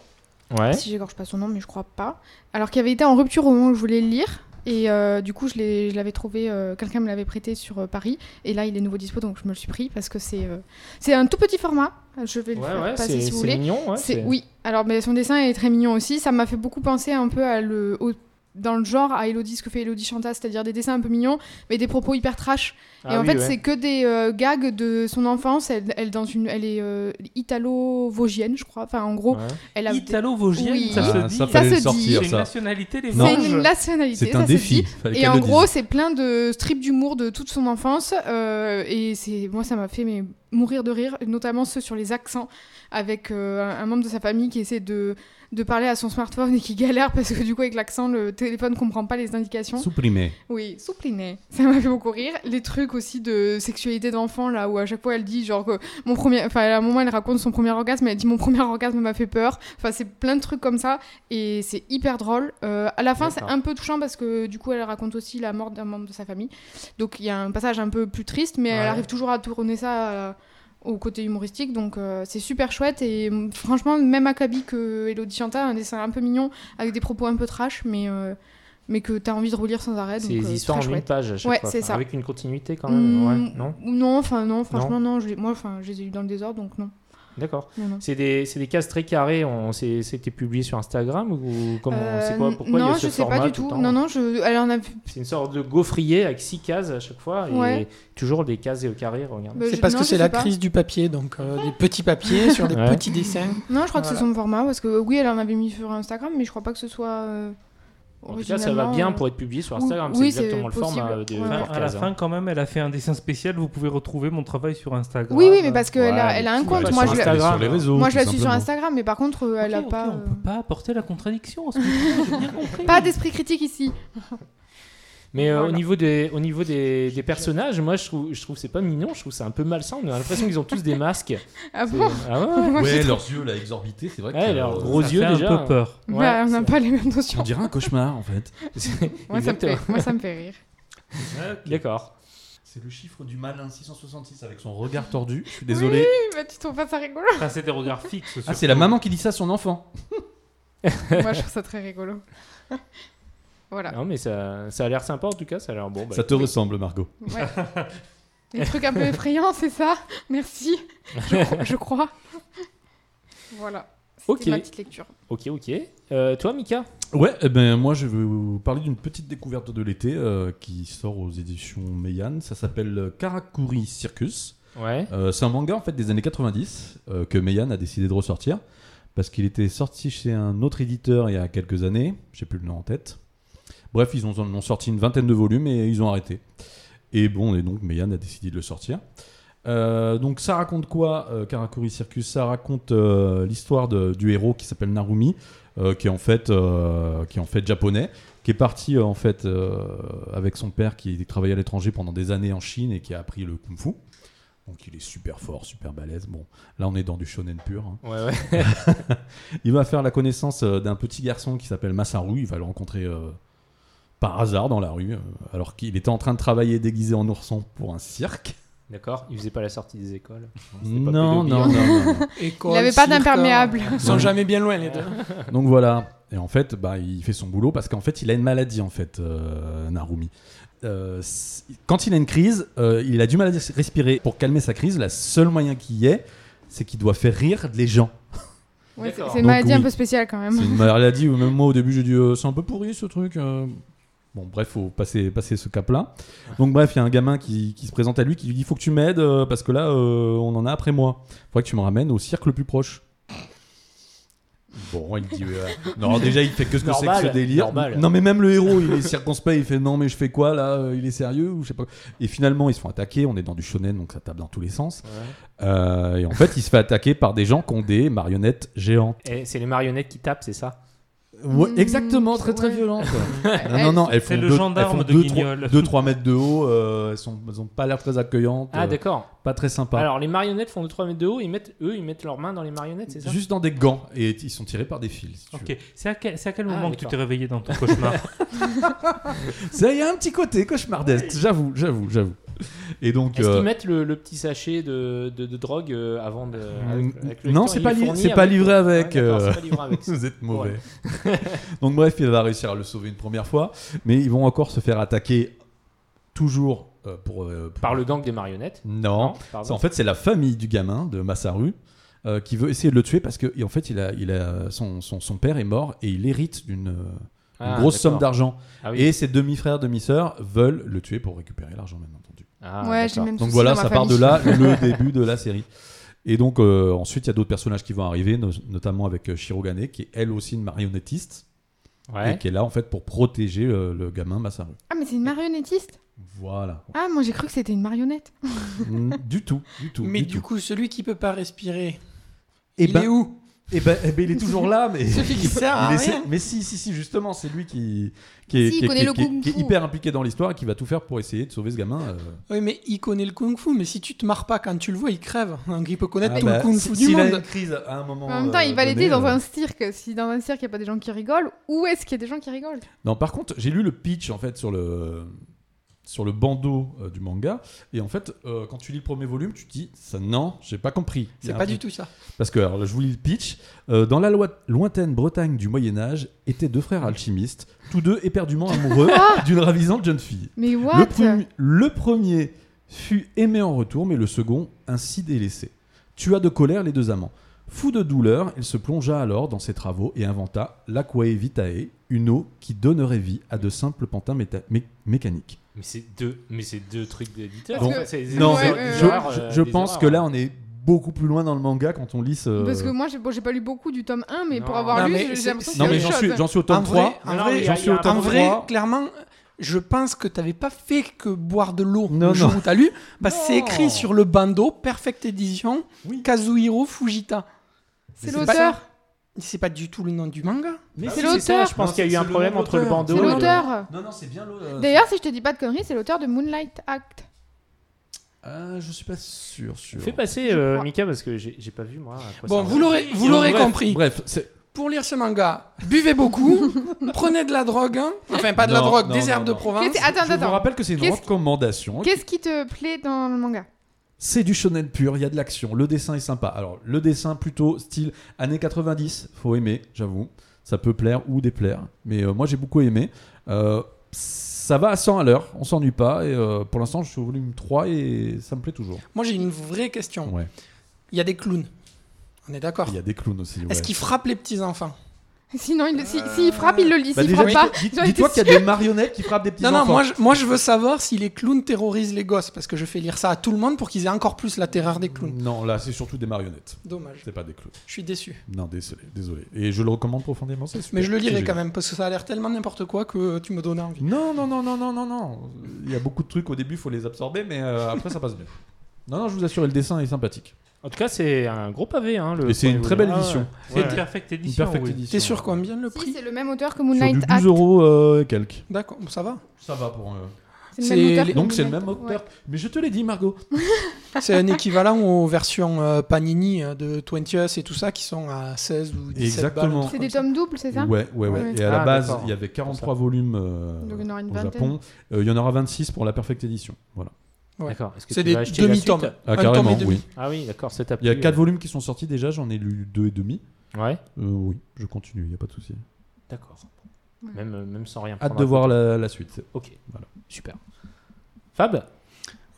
Speaker 4: ouais.
Speaker 7: Euh, si j'égorge pas son nom, mais je crois pas. Alors qu'il avait été en rupture au moment où je voulais le lire. Et euh, du coup, je l'ai- je l'avais trouvé, euh, quelqu'un me l'avait prêté sur euh, Paris. Et là, il est nouveau dispo, donc je me le suis pris parce que c'est euh, c'est un tout petit format. Je vais le
Speaker 4: Ouais,
Speaker 7: faire
Speaker 4: ouais,
Speaker 7: passer
Speaker 4: c'est
Speaker 7: si vous
Speaker 4: c'est
Speaker 7: voulez.
Speaker 4: mignon. ouais,
Speaker 7: C'est-
Speaker 4: c'est-
Speaker 7: oui. Alors, mais son dessin est très mignon aussi. Ça m'a fait beaucoup penser un peu à le, au- dans le genre à Elodie, ce que fait Elodie Chanta, c'est-à-dire des dessins un peu mignons, mais des propos hyper trash.
Speaker 4: Ah
Speaker 7: et en
Speaker 4: oui,
Speaker 7: fait,
Speaker 4: ouais.
Speaker 7: c'est que des euh, gags de son enfance. Elle, elle dans une, elle est euh, italo-vosgienne, je crois. Enfin, en gros,
Speaker 4: Ouais.
Speaker 7: elle a. des-
Speaker 8: Italo-Vosgienne,
Speaker 7: Oui.
Speaker 8: ça
Speaker 6: ah,
Speaker 8: se dit.
Speaker 6: Ça, fallait
Speaker 7: se
Speaker 6: le
Speaker 7: dit.
Speaker 6: sortir,
Speaker 8: c'est une
Speaker 6: ça.
Speaker 8: nationalité, les
Speaker 6: Non.
Speaker 7: C'est
Speaker 8: Vosges.
Speaker 7: une nationalité,
Speaker 6: C'est
Speaker 7: ça
Speaker 6: un
Speaker 7: se
Speaker 6: défi.
Speaker 7: dit.
Speaker 6: fallait
Speaker 7: Et
Speaker 6: qu'elle
Speaker 7: en
Speaker 6: le
Speaker 7: gros,
Speaker 6: dise.
Speaker 7: c'est plein de strips d'humour de toute son enfance. euh, et c'est moi, ça m'a fait mais, mourir de rire, notamment ceux sur les accents, avec euh, un, un membre de sa famille qui essaie de, de parler à son smartphone et qui galère parce que du coup, avec l'accent, le téléphone comprend pas les indications.
Speaker 6: Supprimé.
Speaker 7: Oui, soupliné. Ça m'a fait beaucoup rire. Les trucs aussi de sexualité d'enfant, là où à chaque fois elle dit, genre, que mon premier. Enfin, à un moment, elle raconte son premier orgasme, elle dit Mon premier orgasme m'a fait peur. Enfin, c'est plein de trucs comme ça. Et c'est hyper drôle. Euh, à la fin, c'est
Speaker 4: D'accord.
Speaker 7: un peu touchant parce que du coup, elle raconte aussi la mort d'un membre de sa famille. Donc, il y a un passage un peu plus triste, mais
Speaker 4: Ouais.
Speaker 7: elle arrive toujours à tourner ça. euh, au côté humoristique, donc euh, c'est super chouette et mm, franchement, même acabit que Elodie Chanta, un dessin un peu mignon avec des propos un peu trash, mais, euh, mais que t'as envie de relire sans arrêt.
Speaker 4: C'est
Speaker 7: donc,
Speaker 4: des
Speaker 7: euh,
Speaker 4: histoires en
Speaker 7: très
Speaker 4: une
Speaker 7: chouette.
Speaker 4: page à chaque
Speaker 7: Ouais,
Speaker 4: fois.
Speaker 7: c'est
Speaker 4: Enfin,
Speaker 7: ça.
Speaker 4: Avec une continuité quand même.
Speaker 7: Mm,
Speaker 4: ouais, non
Speaker 7: Non, enfin non, franchement non. je les- moi, enfin, je les ai eu dans le désordre, donc non.
Speaker 4: D'accord.
Speaker 7: non, non.
Speaker 4: C'est des, c'est des cases très carrées. On, c'est- c'était publié sur Instagram ou comment C'est quoi
Speaker 7: Euh,
Speaker 4: Pourquoi il y
Speaker 7: non,
Speaker 4: a ce
Speaker 7: je sais
Speaker 4: format
Speaker 7: pas du
Speaker 4: le
Speaker 7: tout.
Speaker 4: temps hein.
Speaker 7: Non, non, je. Alors, on a...
Speaker 4: C'est une sorte de gaufrier avec six cases à chaque fois et
Speaker 7: Ouais.
Speaker 4: toujours des cases et carrées. Regarde.
Speaker 7: bah,
Speaker 5: C'est
Speaker 7: je-
Speaker 5: parce
Speaker 7: non,
Speaker 5: que
Speaker 7: je
Speaker 5: c'est la
Speaker 7: sais pas.
Speaker 5: crise du papier, donc euh, des petits papiers sur des
Speaker 4: Ouais.
Speaker 5: petits dessins.
Speaker 7: Non, je crois que c'est
Speaker 5: Voilà.
Speaker 7: son format parce que euh, oui, elle en avait mis sur Instagram, mais je crois pas que ce soit. euh,
Speaker 4: en tout cas, ça va
Speaker 7: originalement,
Speaker 4: bien
Speaker 7: euh,
Speaker 4: pour être publié sur
Speaker 7: oui,
Speaker 4: Instagram.
Speaker 7: oui,
Speaker 4: c'est exactement le
Speaker 7: c'est
Speaker 4: format euh,
Speaker 7: possible.
Speaker 4: des hein.
Speaker 7: Ouais,
Speaker 8: Enfin,
Speaker 4: porte
Speaker 8: à la fin, quand même, elle a fait un dessin spécial. Vous pouvez retrouver mon travail sur Instagram.
Speaker 7: Oui, oui, mais parce qu'elle
Speaker 4: Ouais,
Speaker 7: a,
Speaker 4: mais
Speaker 7: elle a un
Speaker 4: tu
Speaker 7: compte.
Speaker 4: vas
Speaker 7: Moi,
Speaker 4: sur
Speaker 7: je, la-
Speaker 4: Instagram.
Speaker 6: Sur les réseaux.
Speaker 7: moi, je la
Speaker 6: tout
Speaker 7: suis sur
Speaker 6: simplement.
Speaker 7: Instagram, mais par contre, euh,
Speaker 8: Ok,
Speaker 7: elle a
Speaker 8: ok,
Speaker 7: pas.
Speaker 8: On
Speaker 7: euh,
Speaker 8: peut pas apporter la contradiction. en ce moment, J'ai bien compris.
Speaker 7: Pas d'esprit critique ici.
Speaker 4: Mais euh, au
Speaker 8: Voilà.
Speaker 4: niveau des, au niveau des, des personnages, moi je trouve, je trouve que c'est pas mignon, je trouve que c'est un peu malsain. On a l'impression qu'ils ont tous des masques.
Speaker 7: Ah
Speaker 4: C'est-
Speaker 7: bon
Speaker 4: Ah ouais, ouais.
Speaker 7: Moi, je
Speaker 6: Ouais,
Speaker 7: trouve-
Speaker 6: leurs yeux là exorbités, c'est vrai
Speaker 4: Ouais,
Speaker 6: que.
Speaker 4: leurs
Speaker 6: euh,
Speaker 4: gros
Speaker 8: Ça
Speaker 4: yeux
Speaker 8: fait un
Speaker 4: déjà. hein.
Speaker 8: peu peur.
Speaker 7: Bah, on n'a
Speaker 4: c'est-
Speaker 7: pas les mêmes
Speaker 6: On
Speaker 7: notions.
Speaker 6: dirait un cauchemar en fait.
Speaker 7: Moi, ça me fait-
Speaker 4: Exactement.
Speaker 7: moi, ça me fait rire.
Speaker 4: D'accord.
Speaker 6: C'est le chiffre du malin 666 avec son regard tordu. Je suis désolé.
Speaker 7: Oui, bah, tu trouves pas ça rigolo
Speaker 8: Enfin, c'est des regards fixes.
Speaker 6: ah,
Speaker 8: surtout.
Speaker 6: c'est la maman qui dit ça à son enfant.
Speaker 7: Moi, je trouve ça très rigolo. voilà.
Speaker 4: Non, mais ça, ça a l'air sympa en tout cas. Ça a l'air bon. bah,
Speaker 6: ça te ressemble, Margot.
Speaker 7: Ouais. Les trucs un peu effrayants, c'est ça Merci. Je, cro- je crois. Voilà. C'était
Speaker 4: Ok.
Speaker 7: ma petite lecture.
Speaker 4: Ok, ok. Euh, toi, Mika
Speaker 6: Ouais, eh ben moi je vais vous parler d'une petite découverte de l'été euh, qui sort aux éditions Meian. Ça s'appelle euh, Karakuri Circus.
Speaker 4: Ouais.
Speaker 6: Euh, c'est un manga en fait des années 90 euh, que Meian a décidé de ressortir parce qu'il était sorti chez un autre éditeur il y a quelques années, j'ai plus le nom en tête. Bref, ils ont, en ont sorti une vingtaine de volumes et ils ont arrêté. Et bon, et donc Meian a décidé de le sortir. Euh, donc ça raconte quoi, euh, Karakuri Circus Ça raconte euh, l'histoire de- du héros qui s'appelle Narumi, euh, qui est en fait euh, qui est en fait japonais, qui est parti euh, en fait euh, avec son père qui travaillait à l'étranger pendant des années en Chine et qui a appris le kung-fu. Donc il est super fort, super balèze. Bon, là on est dans du shonen pur. hein.
Speaker 4: Ouais, ouais.
Speaker 6: Il va faire la connaissance euh, d'un petit garçon qui s'appelle Masaru. Il va le rencontrer euh, par hasard dans la rue, euh, alors qu'il était en train de travailler déguisé en ourson pour un cirque.
Speaker 4: D'accord Il faisait pas la sortie des écoles. C'était pas hein.
Speaker 6: Non, non,
Speaker 4: pédophile.
Speaker 6: non, non.
Speaker 7: Il avait pas d'imperméable.
Speaker 5: Ils sont jamais bien loin, les deux.
Speaker 6: Donc voilà. Et en fait, bah, il fait son boulot parce qu'en fait, il a une maladie, en fait, euh, Narumi. Euh, c- quand il a une crise, euh, il a du mal à res- respirer. Pour calmer sa crise, le seul moyen qui y est, c'est qu'il doit faire rire les gens.
Speaker 7: Ouais, c'est-
Speaker 4: D'accord.
Speaker 7: c'est une
Speaker 6: Donc,
Speaker 7: maladie un
Speaker 6: oui.
Speaker 7: peu spéciale quand même.
Speaker 6: C'est une maladie où même moi au début j'ai dit euh, c'est un peu pourri ce truc. euh. Bon bref, faut passer, passer ce cap-là. Donc bref, il y a un gamin qui, qui se présente à lui qui lui dit faut que tu m'aides euh, parce que là euh, on en a après moi. Faudrait que tu me ramènes au cirque le plus proche. Bon, il dit euh, non déjà il fait que ce que c'est que ce
Speaker 4: Normal,
Speaker 6: délire.
Speaker 4: normal.
Speaker 6: Non mais même le héros il est circonspect, il fait non mais je fais quoi là, euh, il est sérieux ou je sais pas. quoi. Et finalement ils se font attaquer, on est dans du shonen donc ça tape dans tous les sens. Euh, et en fait il se fait attaquer par des gens qui ont des marionnettes géantes.
Speaker 4: Et c'est les marionnettes qui tapent, c'est ça
Speaker 6: Ouais,
Speaker 7: Mmh,
Speaker 6: exactement, très très
Speaker 7: ouais.
Speaker 6: violente. Non,
Speaker 7: Ouais,
Speaker 6: non, non, elles font
Speaker 8: C'est le
Speaker 6: 2
Speaker 8: gendarme de Guignol.
Speaker 6: 3 mètres de haut, euh, elles, sont, elles ont pas l'air très accueillantes,
Speaker 4: Ah,
Speaker 6: euh,
Speaker 4: d'accord.
Speaker 6: pas très sympas.
Speaker 4: Alors, les marionnettes font 2-3 mètres de haut, ils mettent, eux, ils mettent leurs mains dans les marionnettes, c'est ça
Speaker 6: Juste dans des gants, et t- ils sont tirés par des fils. si tu
Speaker 8: Ok, c'est à quel, c'est à quel
Speaker 4: Ah,
Speaker 8: moment que tu
Speaker 4: d'accord.
Speaker 8: t'es réveillé dans ton cauchemar
Speaker 6: veux. Ça, il y a un petit côté cauchemardesque, j'avoue, j'avoue, j'avoue. Et donc.
Speaker 4: Est-ce
Speaker 6: euh,
Speaker 4: qu'ils mettent le, le petit sachet de, de- de drogue euh, avant de. avec- avec le
Speaker 6: Mm, non,
Speaker 4: lecteur,
Speaker 6: c'est
Speaker 4: il
Speaker 6: pas
Speaker 4: est
Speaker 6: li-
Speaker 4: fourni
Speaker 6: c'est pas livré
Speaker 4: Ouais,
Speaker 6: avec,
Speaker 4: d'accord,
Speaker 6: euh,
Speaker 4: c'est pas livré avec.
Speaker 6: Vous êtes mauvais. Donc bref, il va réussir à le sauver une première fois, mais ils vont encore se faire attaquer toujours euh, pour, euh, pour-
Speaker 4: Par le gang des marionnettes.
Speaker 6: Non,
Speaker 4: pardon.
Speaker 6: C'est- En fait, c'est la famille du gamin de Masaru euh, qui veut essayer de le tuer parce que, et en fait, il a, il a son, son, son père est mort et il hérite d'une euh, une
Speaker 4: Ah, d'accord.
Speaker 6: grosse somme d'argent.
Speaker 4: Ah oui.
Speaker 6: Et ses demi-frères, demi-sœurs veulent le tuer pour récupérer l'argent, bien entendu.
Speaker 4: Ah,
Speaker 7: Ouais, j'ai
Speaker 4: d'accord.
Speaker 7: même
Speaker 6: Donc
Speaker 7: souci
Speaker 6: voilà,
Speaker 7: dans ma
Speaker 6: ça part de
Speaker 7: famille.
Speaker 6: là le début de la série. Et donc, euh, ensuite, il y a d'autres personnages qui vont arriver, no- notamment avec euh, Shirogane, qui est elle aussi une marionnettiste
Speaker 4: Ouais.
Speaker 6: et qui est là en fait pour protéger euh, le gamin Masaru.
Speaker 7: Ah, mais c'est une marionnettiste
Speaker 6: Voilà.
Speaker 7: Ah, moi j'ai cru que c'était une marionnette.
Speaker 6: Mm, du tout, du tout.
Speaker 5: Mais du
Speaker 6: tout.
Speaker 5: coup, celui qui peut pas respirer,
Speaker 6: Eh
Speaker 5: il
Speaker 6: ben,
Speaker 5: est où
Speaker 6: Eh ben, eh ben, il est toujours là, mais
Speaker 5: Celui qui sert à
Speaker 6: Il
Speaker 5: rien.
Speaker 6: essaie- Mais si, si, si, justement, c'est lui qui, qui est,
Speaker 7: Si, il
Speaker 6: qui est-
Speaker 7: connaît
Speaker 6: qui est-
Speaker 7: le
Speaker 6: qui est-
Speaker 7: kung
Speaker 6: qui est
Speaker 7: fu.
Speaker 6: hyper impliqué dans l'histoire et qui va tout faire pour essayer de sauver ce gamin. euh.
Speaker 5: Oui, mais il connaît le kung fu, mais si tu te marres pas quand tu le vois, il crève. Donc il peut connaître
Speaker 6: Ah
Speaker 5: tout
Speaker 6: bah,
Speaker 5: le kung
Speaker 6: si-
Speaker 5: fu
Speaker 6: s'il
Speaker 5: du
Speaker 6: a une
Speaker 5: monde.
Speaker 6: crise à un moment.
Speaker 7: en même temps, il
Speaker 6: euh,
Speaker 7: va l'aider
Speaker 6: donné,
Speaker 7: dans
Speaker 6: euh.
Speaker 7: un cirque. Si dans un cirque il n'y a pas des gens qui rigolent, où est-ce qu'il y a des gens qui rigolent
Speaker 6: Non, par contre, j'ai lu le pitch en fait sur le sur le bandeau euh, du manga et en fait euh, quand tu lis le premier volume tu te dis ça non j'ai pas compris Il y
Speaker 5: C'est
Speaker 6: a un
Speaker 5: pas
Speaker 6: truc-
Speaker 5: du tout ça.
Speaker 6: Parce que, alors, je vous lis le pitch. Euh, dans la loi- lointaine Bretagne du Moyen-Âge, étaient deux frères alchimistes, tous deux éperdument amoureux
Speaker 7: Ah
Speaker 6: d'une ravisante jeune fille.
Speaker 7: Mais
Speaker 6: Le,
Speaker 7: what
Speaker 6: premi- le premier fut aimé en retour, mais le second ainsi délaissé. Tua de colère les deux amants. Fou de douleur, il se plongea alors dans ses travaux et inventa l'Aquae Vitae, une eau qui donnerait vie à de simples pantins méta- mé- mécaniques.
Speaker 4: Mais c'est deux, mais c'est deux trucs d'éditeur.
Speaker 6: Parce
Speaker 4: enfin,
Speaker 7: que-
Speaker 4: c'est- c'est
Speaker 6: Non,
Speaker 4: des
Speaker 7: ouais,
Speaker 6: mais
Speaker 7: ouais,
Speaker 4: erreurs,
Speaker 6: je,
Speaker 7: ouais.
Speaker 4: euh,
Speaker 6: je- je
Speaker 4: des
Speaker 6: pense
Speaker 4: erreurs.
Speaker 6: que là, on est beaucoup plus loin dans le manga quand on lit ce...
Speaker 7: Parce que moi j'ai bon, j'ai pas lu beaucoup du tome 1, mais pour
Speaker 4: Non.
Speaker 7: avoir
Speaker 5: Non,
Speaker 7: lu,
Speaker 5: mais
Speaker 7: j'ai-
Speaker 5: c'est-
Speaker 7: j'ai l'impression
Speaker 6: Non
Speaker 7: qu'il y
Speaker 6: mais
Speaker 7: a
Speaker 6: j'en
Speaker 7: autre
Speaker 6: suis,
Speaker 7: chose.
Speaker 6: j'en suis au tome
Speaker 5: En
Speaker 6: 3.
Speaker 5: vrai, en
Speaker 4: Non,
Speaker 5: vrai,
Speaker 4: mais il y
Speaker 6: j'en
Speaker 4: a-
Speaker 6: suis
Speaker 4: il y a
Speaker 6: au
Speaker 4: un
Speaker 5: En
Speaker 6: tome
Speaker 4: moment-
Speaker 5: vrai,
Speaker 6: trois.
Speaker 5: clairement, je pense que t'avais pas fait que boire de l'eau
Speaker 6: Non,
Speaker 5: le jour
Speaker 6: non.
Speaker 5: où t'as lu. Parce que c'est
Speaker 6: Non.
Speaker 5: écrit sur le bandeau, Perfect Edition,
Speaker 6: Oui.
Speaker 5: Kazuhiro Fujita.
Speaker 7: C'est
Speaker 5: Mais
Speaker 7: l'auteur.
Speaker 5: pas- C'est pas du tout le nom du
Speaker 4: Bah,
Speaker 5: manga.
Speaker 6: Mais
Speaker 7: c'est
Speaker 4: si, ça,
Speaker 7: l'auteur.
Speaker 4: Je pense
Speaker 6: Non,
Speaker 4: qu'il y a eu
Speaker 6: c'est
Speaker 4: un
Speaker 6: le
Speaker 4: problème
Speaker 6: nom
Speaker 4: entre le
Speaker 6: d'auteur.
Speaker 4: bandeau.
Speaker 7: C'est
Speaker 4: et le-
Speaker 7: l'auteur.
Speaker 6: Non, non, c'est bien l'auteur.
Speaker 7: D'ailleurs, si je te dis pas de conneries, c'est l'auteur de Moonlight Act.
Speaker 6: Ah, je suis pas sûr. sûr.
Speaker 4: Fais passer euh,
Speaker 7: crois.
Speaker 4: Mika parce que j'ai j'ai pas vu moi. à quoi
Speaker 5: Bon,
Speaker 4: ça
Speaker 5: vous l'aurez, vous
Speaker 6: Donc,
Speaker 5: l'aurez
Speaker 6: bref,
Speaker 5: compris.
Speaker 6: Bref, c'est.
Speaker 5: Pour lire ce manga, buvez beaucoup, prenez de la drogue, hein. enfin pas de la
Speaker 6: Non,
Speaker 5: drogue,
Speaker 6: non,
Speaker 5: des
Speaker 6: non,
Speaker 5: herbes de
Speaker 6: non.
Speaker 5: province.
Speaker 7: Qu'est-ce- Attends,
Speaker 6: je vous
Speaker 7: attends.
Speaker 6: rappelle que c'est une
Speaker 7: Qu'est-ce-
Speaker 6: recommandation.
Speaker 7: Qu'est-ce qui te plaît dans le manga
Speaker 6: C'est du shonen pur, il y a de l'action, le dessin est sympa. Alors, le dessin plutôt style années 90, faut aimer, j'avoue. Ça peut plaire ou déplaire, mais euh, moi j'ai beaucoup aimé. Euh, ça va à 100 à l'heure, on s'ennuie pas, et euh, pour l'instant je suis au volume 3 et ça me plaît toujours.
Speaker 5: Moi j'ai une vraie question.
Speaker 6: Ouais.
Speaker 5: Il y a des clowns. On est d'accord.
Speaker 6: Il y a des clowns aussi.
Speaker 5: Est-ce
Speaker 6: ouais.
Speaker 5: qu'ils frappent les petits enfants
Speaker 7: Sinon, il, si, s'il frappe, il le lit.
Speaker 6: Bah,
Speaker 7: s'il
Speaker 6: déjà,
Speaker 7: frappe pas,
Speaker 6: dis- dis-
Speaker 7: j'en étais
Speaker 6: dis-toi qu'il y a des marionnettes qui frappent des petits
Speaker 5: Non,
Speaker 6: enfants.
Speaker 5: non, moi je, moi je veux savoir si les clowns terrorisent les gosses, parce que je fais lire ça à tout le monde pour qu'ils aient encore plus la terreur des clowns.
Speaker 6: Non, là c'est surtout des marionnettes.
Speaker 5: Dommage,
Speaker 6: C'est pas des clowns.
Speaker 5: je suis déçu.
Speaker 6: Non, désolé, désolé. Et je le recommande profondément, c'est super.
Speaker 5: Mais je le lirai
Speaker 6: C'est
Speaker 5: quand même, parce que ça a l'air tellement n'importe quoi que euh, tu me donnes envie.
Speaker 6: Non, non, non, non, non, non, non. Il y a beaucoup de trucs au début, il faut les absorber, mais euh, après ça passe bien. Non, non, je vous assure, le dessin est sympathique.
Speaker 4: En tout cas, c'est un gros pavé. Hein, le
Speaker 6: Et c'est
Speaker 4: premier
Speaker 6: une très belle
Speaker 4: volume.
Speaker 6: édition.
Speaker 8: C'est une perfecte
Speaker 6: Une
Speaker 8: édition.
Speaker 6: perfecte
Speaker 8: oui.
Speaker 6: édition.
Speaker 5: T'es sûr combien le
Speaker 7: Si,
Speaker 5: prix
Speaker 7: c'est le même auteur que
Speaker 6: Sur du
Speaker 7: Moonlight
Speaker 6: 12
Speaker 7: Act.
Speaker 6: euros euh, quelques.
Speaker 5: D'accord, bon, ça va.
Speaker 6: Ça va pour. euh,
Speaker 5: C'est
Speaker 7: C'est le même auteur
Speaker 5: les-
Speaker 7: que
Speaker 6: Donc c'est le
Speaker 7: Moonlight
Speaker 6: même
Speaker 7: Act.
Speaker 6: auteur.
Speaker 7: Ouais.
Speaker 6: Mais je te l'ai dit, Margot.
Speaker 5: C'est un équivalent aux versions euh, Panini euh, de 20 et tout ça qui sont à 16 ou 17
Speaker 6: Exactement.
Speaker 5: balles, un truc
Speaker 7: C'est
Speaker 5: comme
Speaker 7: des
Speaker 5: ça.
Speaker 7: tomes doubles, c'est ça
Speaker 6: Ouais, ouais, ouais.
Speaker 7: Ouais.
Speaker 6: Et à la
Speaker 4: Ah,
Speaker 6: base,
Speaker 4: d'accord.
Speaker 6: il y avait 43 volumes euh,
Speaker 7: Donc il y en aura une
Speaker 6: au
Speaker 7: vingtaine.
Speaker 6: Japon. Euh, Il y en aura 26 pour la perfecte édition. Voilà.
Speaker 5: Ouais.
Speaker 4: D'accord. Est-ce que
Speaker 5: C'est
Speaker 4: tu
Speaker 5: des
Speaker 4: vas acheter la
Speaker 5: demi-tomes.
Speaker 4: suite
Speaker 6: Ah,
Speaker 5: Un tome
Speaker 6: carrément,
Speaker 5: et demi.
Speaker 6: oui.
Speaker 4: Ah oui, d'accord, ça t'a
Speaker 6: Il y a
Speaker 4: plu,
Speaker 6: 4
Speaker 4: euh.
Speaker 6: volumes qui sont sortis déjà, j'en ai lu 2 et demi.
Speaker 4: Ouais,
Speaker 6: Euh, oui, je continue, il n'y a pas de souci.
Speaker 4: d'accord.
Speaker 7: Ouais.
Speaker 4: Même, euh, même sans rien
Speaker 6: Hâte
Speaker 4: prendre
Speaker 6: de
Speaker 4: à
Speaker 6: voir la, la suite.
Speaker 4: côté. Ok,
Speaker 6: Voilà.
Speaker 4: super. Fab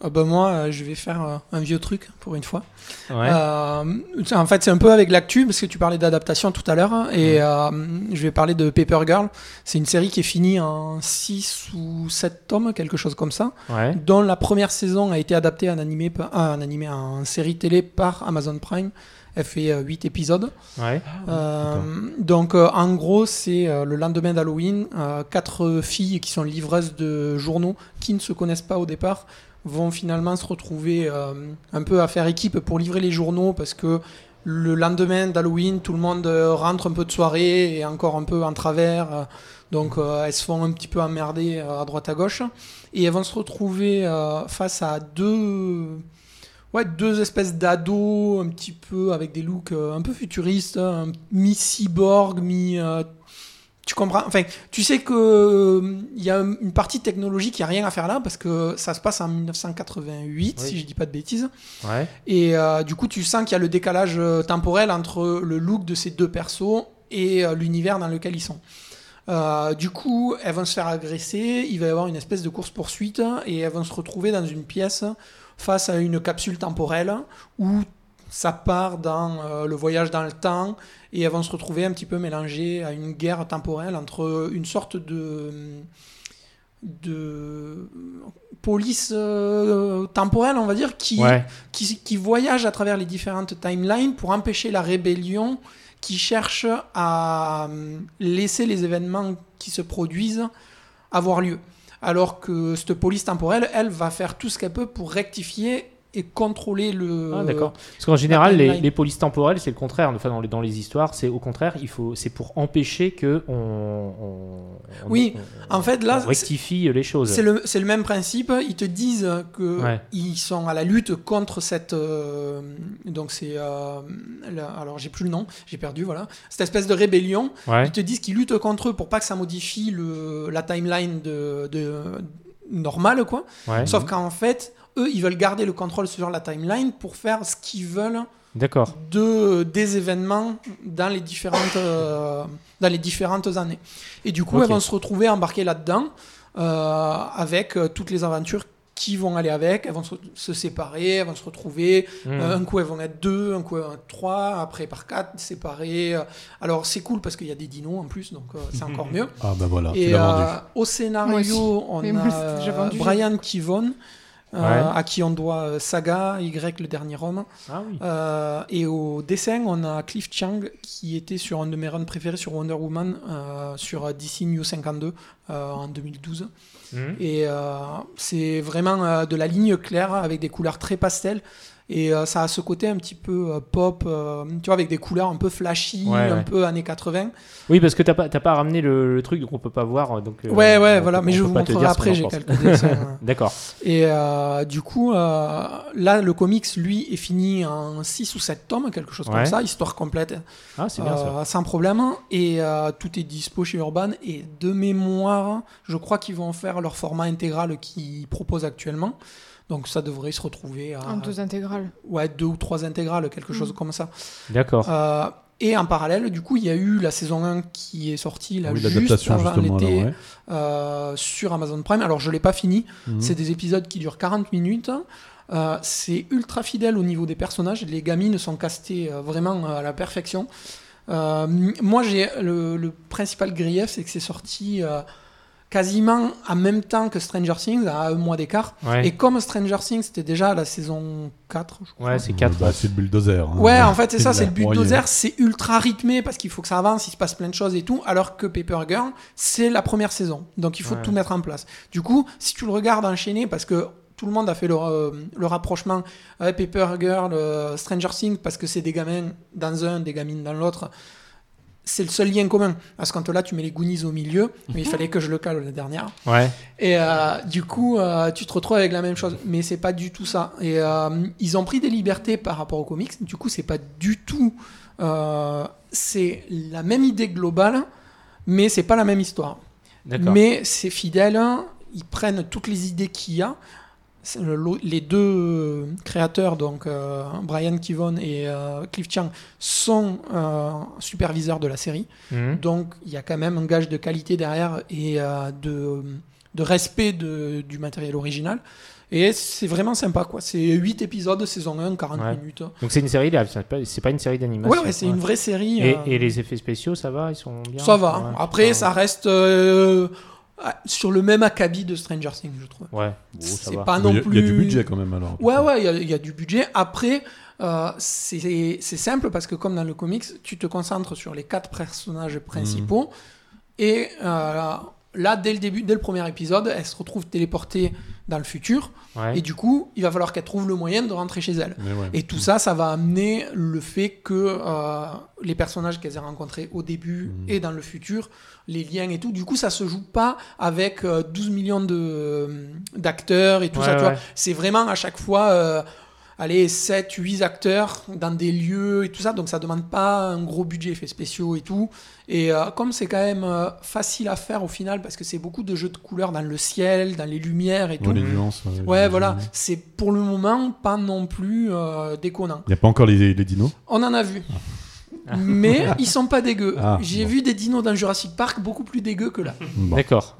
Speaker 5: Ah bah moi, euh, je vais faire euh, un vieux truc pour une fois.
Speaker 4: Ouais.
Speaker 5: Euh, c'est- en fait, c'est un peu avec l'actu, parce que tu parlais d'adaptation tout à l'heure, hein, et euh, je vais parler de Paper Girl. C'est une série qui est finie en 6 ou 7 tomes, quelque chose comme ça,
Speaker 4: ouais.
Speaker 5: dont la première saison a été adaptée en animé, par- ah, en, animé, en série télé par Amazon Prime. Elle fait 8 épisodes.
Speaker 4: Ouais.
Speaker 5: Euh, donc, euh, en gros, c'est euh, le lendemain d'Halloween. euh, quatre filles qui sont livreuses de journaux qui ne se connaissent pas au départ vont finalement se retrouver euh, un peu à faire équipe pour livrer les journaux parce que le lendemain d'Halloween, tout le monde euh, rentre un peu de soirée et encore un peu en travers. euh, donc, euh, elles se font un petit peu emmerder euh, à droite à gauche. Et elles vont se retrouver euh, face à deux Ouais, deux espèces d'ados, un petit peu avec des looks euh, un peu futuristes, hein, mi-cyborg, mi-. euh, tu comprends Enfin, tu sais que euh, il y a une partie technologique, il n'y a rien à faire là, parce que ça se passe en 1988,
Speaker 4: Oui.
Speaker 5: si je dis pas de bêtises.
Speaker 4: Ouais.
Speaker 5: Et euh, du coup, tu sens qu'il y a le décalage euh, temporel entre le look de ces deux persos et euh, l'univers dans lequel ils sont. Euh, du coup, elles vont se faire agresser, il va y avoir une espèce de course-poursuite et elles vont se retrouver dans une pièce face à une capsule temporelle où ça part dans euh, le voyage dans le temps et elles vont se retrouver un petit peu mélangées à une guerre temporelle entre une sorte de de police euh, temporelle, on va dire, qui,
Speaker 4: Ouais.
Speaker 5: qui, qui voyage à travers les différentes timelines pour empêcher la rébellion qui cherche à euh, laisser les événements qui se produisent avoir lieu. Alors que cette police temporelle, elle va faire tout ce qu'elle peut pour rectifier et contrôler le.
Speaker 4: Ah, d'accord. Parce qu'en général, les,
Speaker 5: timeline.
Speaker 4: les polices temporelles, c'est le contraire. Enfin, dans les, dans les histoires, c'est au contraire, il faut, c'est pour empêcher que on, on- on-
Speaker 5: Oui,
Speaker 4: on-
Speaker 5: En fait, là,
Speaker 4: on rectifie les choses.
Speaker 5: C'est le, c'est le même principe. Ils te disent que
Speaker 4: Ouais.
Speaker 5: ils sont à la lutte contre cette. euh, donc c'est. euh, la- alors j'ai plus le nom, j'ai perdu, voilà. Cette espèce de rébellion.
Speaker 4: Ouais.
Speaker 5: Ils te disent qu'ils luttent contre eux pour pas que ça modifie le, la timeline de, de, normale, quoi.
Speaker 4: Ouais.
Speaker 5: Sauf qu'en fait, eux, ils veulent garder le contrôle sur la timeline pour faire ce qu'ils veulent
Speaker 4: D'accord.
Speaker 5: de, des événements dans les différentes, euh, dans les différentes années. Et du coup,
Speaker 4: Ok.
Speaker 5: elles vont se retrouver embarquées là-dedans euh, avec euh, toutes les aventures qui vont aller avec. Elles vont se, se séparer, elles vont se retrouver.
Speaker 4: Mm.
Speaker 6: Hmm.
Speaker 5: Euh, un coup, elles vont être deux, un coup, elles vont être trois, après par quatre, séparées. Euh, Alors, c'est cool parce qu'il y a des dinos en plus, donc euh, c'est encore mieux.
Speaker 6: Ah bah voilà, tu
Speaker 5: Et
Speaker 6: l'as
Speaker 5: euh,
Speaker 6: vendu.
Speaker 5: au
Speaker 7: Moi aussi.
Speaker 5: scénario, on
Speaker 7: Mais moi,
Speaker 5: a
Speaker 7: c'était déjà
Speaker 5: euh,
Speaker 7: vendu.
Speaker 5: Brian Kivon, euh,
Speaker 4: Ouais.
Speaker 5: à qui on doit euh, Saga, Y, le dernier homme.
Speaker 4: Ah oui.
Speaker 5: Euh, et au dessin, on a Cliff Chiang qui était sur un de mes runs préférés sur Wonder Woman, euh, sur euh, DC New 52 euh, en 2012.
Speaker 4: Mm.
Speaker 5: Et euh, c'est vraiment euh, de la ligne claire avec des couleurs très pastel. Et euh, ça a ce côté un petit peu euh, pop, euh, tu vois, avec des couleurs un peu flashy,
Speaker 4: Ouais,
Speaker 5: un
Speaker 4: ouais.
Speaker 5: peu années 80.
Speaker 4: Oui, parce que t'as pas, t'as pas ramené le, le truc, donc on peut pas voir. Donc, euh,
Speaker 5: ouais, ouais,
Speaker 4: on
Speaker 5: voilà,
Speaker 4: peut-
Speaker 5: mais
Speaker 4: on
Speaker 5: je
Speaker 4: peut
Speaker 5: vous
Speaker 4: pas te
Speaker 5: montrerai
Speaker 4: dire ce
Speaker 5: après,
Speaker 4: qu'on en
Speaker 5: j'ai
Speaker 4: pense.
Speaker 5: quelques dessins.
Speaker 4: D'accord.
Speaker 5: Et euh, du coup, euh, là, le comics, lui, est fini en 6 ou 7 tomes, quelque chose comme
Speaker 4: Ouais.
Speaker 5: ça, histoire complète.
Speaker 4: Ah, c'est bien ça.
Speaker 5: Euh, sans problème. Et euh, tout est dispo chez Urban. Et de mémoire, je crois qu'ils vont en faire leur format intégral qu'ils proposent actuellement. Donc ça devrait se retrouver à
Speaker 7: Ah, En deux Mm. intégrales.
Speaker 6: Euh,
Speaker 5: ouais, deux ou trois intégrales, quelque chose comme ça.
Speaker 4: D'accord.
Speaker 5: Euh, et en parallèle, du coup, il y a eu la saison 1 qui est sortie là,
Speaker 6: Ah Oui,
Speaker 5: juste
Speaker 6: l'adaptation
Speaker 5: avant
Speaker 6: justement.
Speaker 5: l'été
Speaker 6: alors, ouais.
Speaker 5: euh, sur Amazon Prime. Alors je l'ai pas fini,
Speaker 6: Mhm.
Speaker 5: c'est des épisodes qui durent 40 minutes. Euh, c'est ultra fidèle au niveau des personnages. Les gamines sont castées euh, vraiment euh, à la perfection. Euh, m- moi, j'ai le, le principal grief, c'est que c'est sorti euh, quasiment en même temps que Stranger Things, à un mois d'écart.
Speaker 4: Ouais.
Speaker 5: Et comme Stranger Things, c'était déjà la saison 4, je crois.
Speaker 4: Ouais, c'est 4.
Speaker 6: Bah, c'est le bulldozer. hein.
Speaker 5: Ouais, en fait, c'est ça, c'est le
Speaker 6: de la broyer.
Speaker 5: bulldozer, c'est ultra rythmé parce qu'il faut que ça avance, il se passe plein de choses et tout, alors que Paper Girl, c'est la première saison. Donc il faut
Speaker 4: Ouais.
Speaker 5: tout mettre en place. Du coup, si tu le regardes enchaîné, parce que tout le monde a fait le, euh, le rapprochement ouais, Paper Girl, euh, Stranger Things, parce que c'est des gamins dans un, des gamines dans l'autre. C'est le seul lien commun. À ce compte-là, tu mets les Goonies au milieu, mais il fallait que je le cale la dernière.
Speaker 4: Ouais.
Speaker 5: Et euh, du coup, euh, tu te retrouves avec la même chose. Mais c'est pas du tout ça. Et euh, ils ont pris des libertés par rapport aux comics. Du coup, c'est pas du tout. euh, c'est la même idée globale, mais c'est pas la même histoire.
Speaker 4: D'accord.
Speaker 5: Mais c'est fidèle. Ils prennent toutes les idées qu'il y a. c'est le- l'au- les deux euh, créateurs, donc euh, Brian Kivon et euh, Cliff Chiang, sont euh, superviseurs de la série.
Speaker 4: Mhm.
Speaker 5: Donc il y a quand même un gage de qualité derrière et euh, de, de respect de- du matériel original. Et c'est vraiment sympa, quoi. C'est 8 épisodes, saison 1, 40
Speaker 4: Ouais.
Speaker 5: minutes.
Speaker 4: Donc c'est une série live, c'est pas, c'est pas une série
Speaker 5: Ouais,
Speaker 4: d'animation.
Speaker 5: ouais, c'est une vraie série.
Speaker 4: Et,
Speaker 5: euh,
Speaker 4: et les effets spéciaux, ça va Ils sont bien
Speaker 5: Ça va.
Speaker 4: Ouais.
Speaker 5: Après,
Speaker 4: Ouais.
Speaker 5: ça reste euh, à- sur le même acabit de Stranger Things, je trouve.
Speaker 4: Ouais, Bon, ça
Speaker 5: c'est
Speaker 4: va.
Speaker 5: pas
Speaker 6: Oh, Il y
Speaker 5: non
Speaker 6: a- il y,
Speaker 5: plus.
Speaker 6: a du budget quand même alors.
Speaker 5: Ouais, ouais, il y a- il y, a du budget. Après, euh, c'est c'est simple parce que, comme dans le comics, tu te concentres sur les quatre personnages principaux. Et euh, là, dès le début, dès le premier épisode, elle se retrouve téléportée dans le futur.
Speaker 4: Ouais.
Speaker 5: Et du coup, il va falloir qu'elle trouve le moyen de rentrer chez elle.
Speaker 6: Mais ouais.
Speaker 5: Et tout ça, ça va amener le fait que euh, les personnages qu'elles ont rencontrés au début et dans le futur, les liens et tout, du coup, ça se joue pas avec euh, 12 millions de, euh, d'acteurs et tout
Speaker 4: Ouais,
Speaker 5: ça. tu
Speaker 4: ouais.
Speaker 5: vois. C'est vraiment à chaque fois, euh, allez, 7, 8 acteurs dans des lieux et tout ça. Donc, ça demande pas un gros budget, effets spéciaux et tout. Et euh, comme c'est quand même euh, facile à faire au final, parce que c'est beaucoup de jeux de couleurs dans le ciel, dans les lumières et
Speaker 6: Ouais,
Speaker 5: tout.
Speaker 6: les nuances.
Speaker 5: Ouais,
Speaker 6: j'imagine.
Speaker 5: voilà. C'est pour le moment pas non plus euh, déconnant.
Speaker 6: Il n'y a pas encore les, les dinos.
Speaker 5: On en a vu. Mais ils sont pas dégueux.
Speaker 6: Ah,
Speaker 5: J'ai
Speaker 6: bon.
Speaker 5: vu des dinos dans Jurassic Park beaucoup plus dégueux que là.
Speaker 6: Bon.
Speaker 4: D'accord.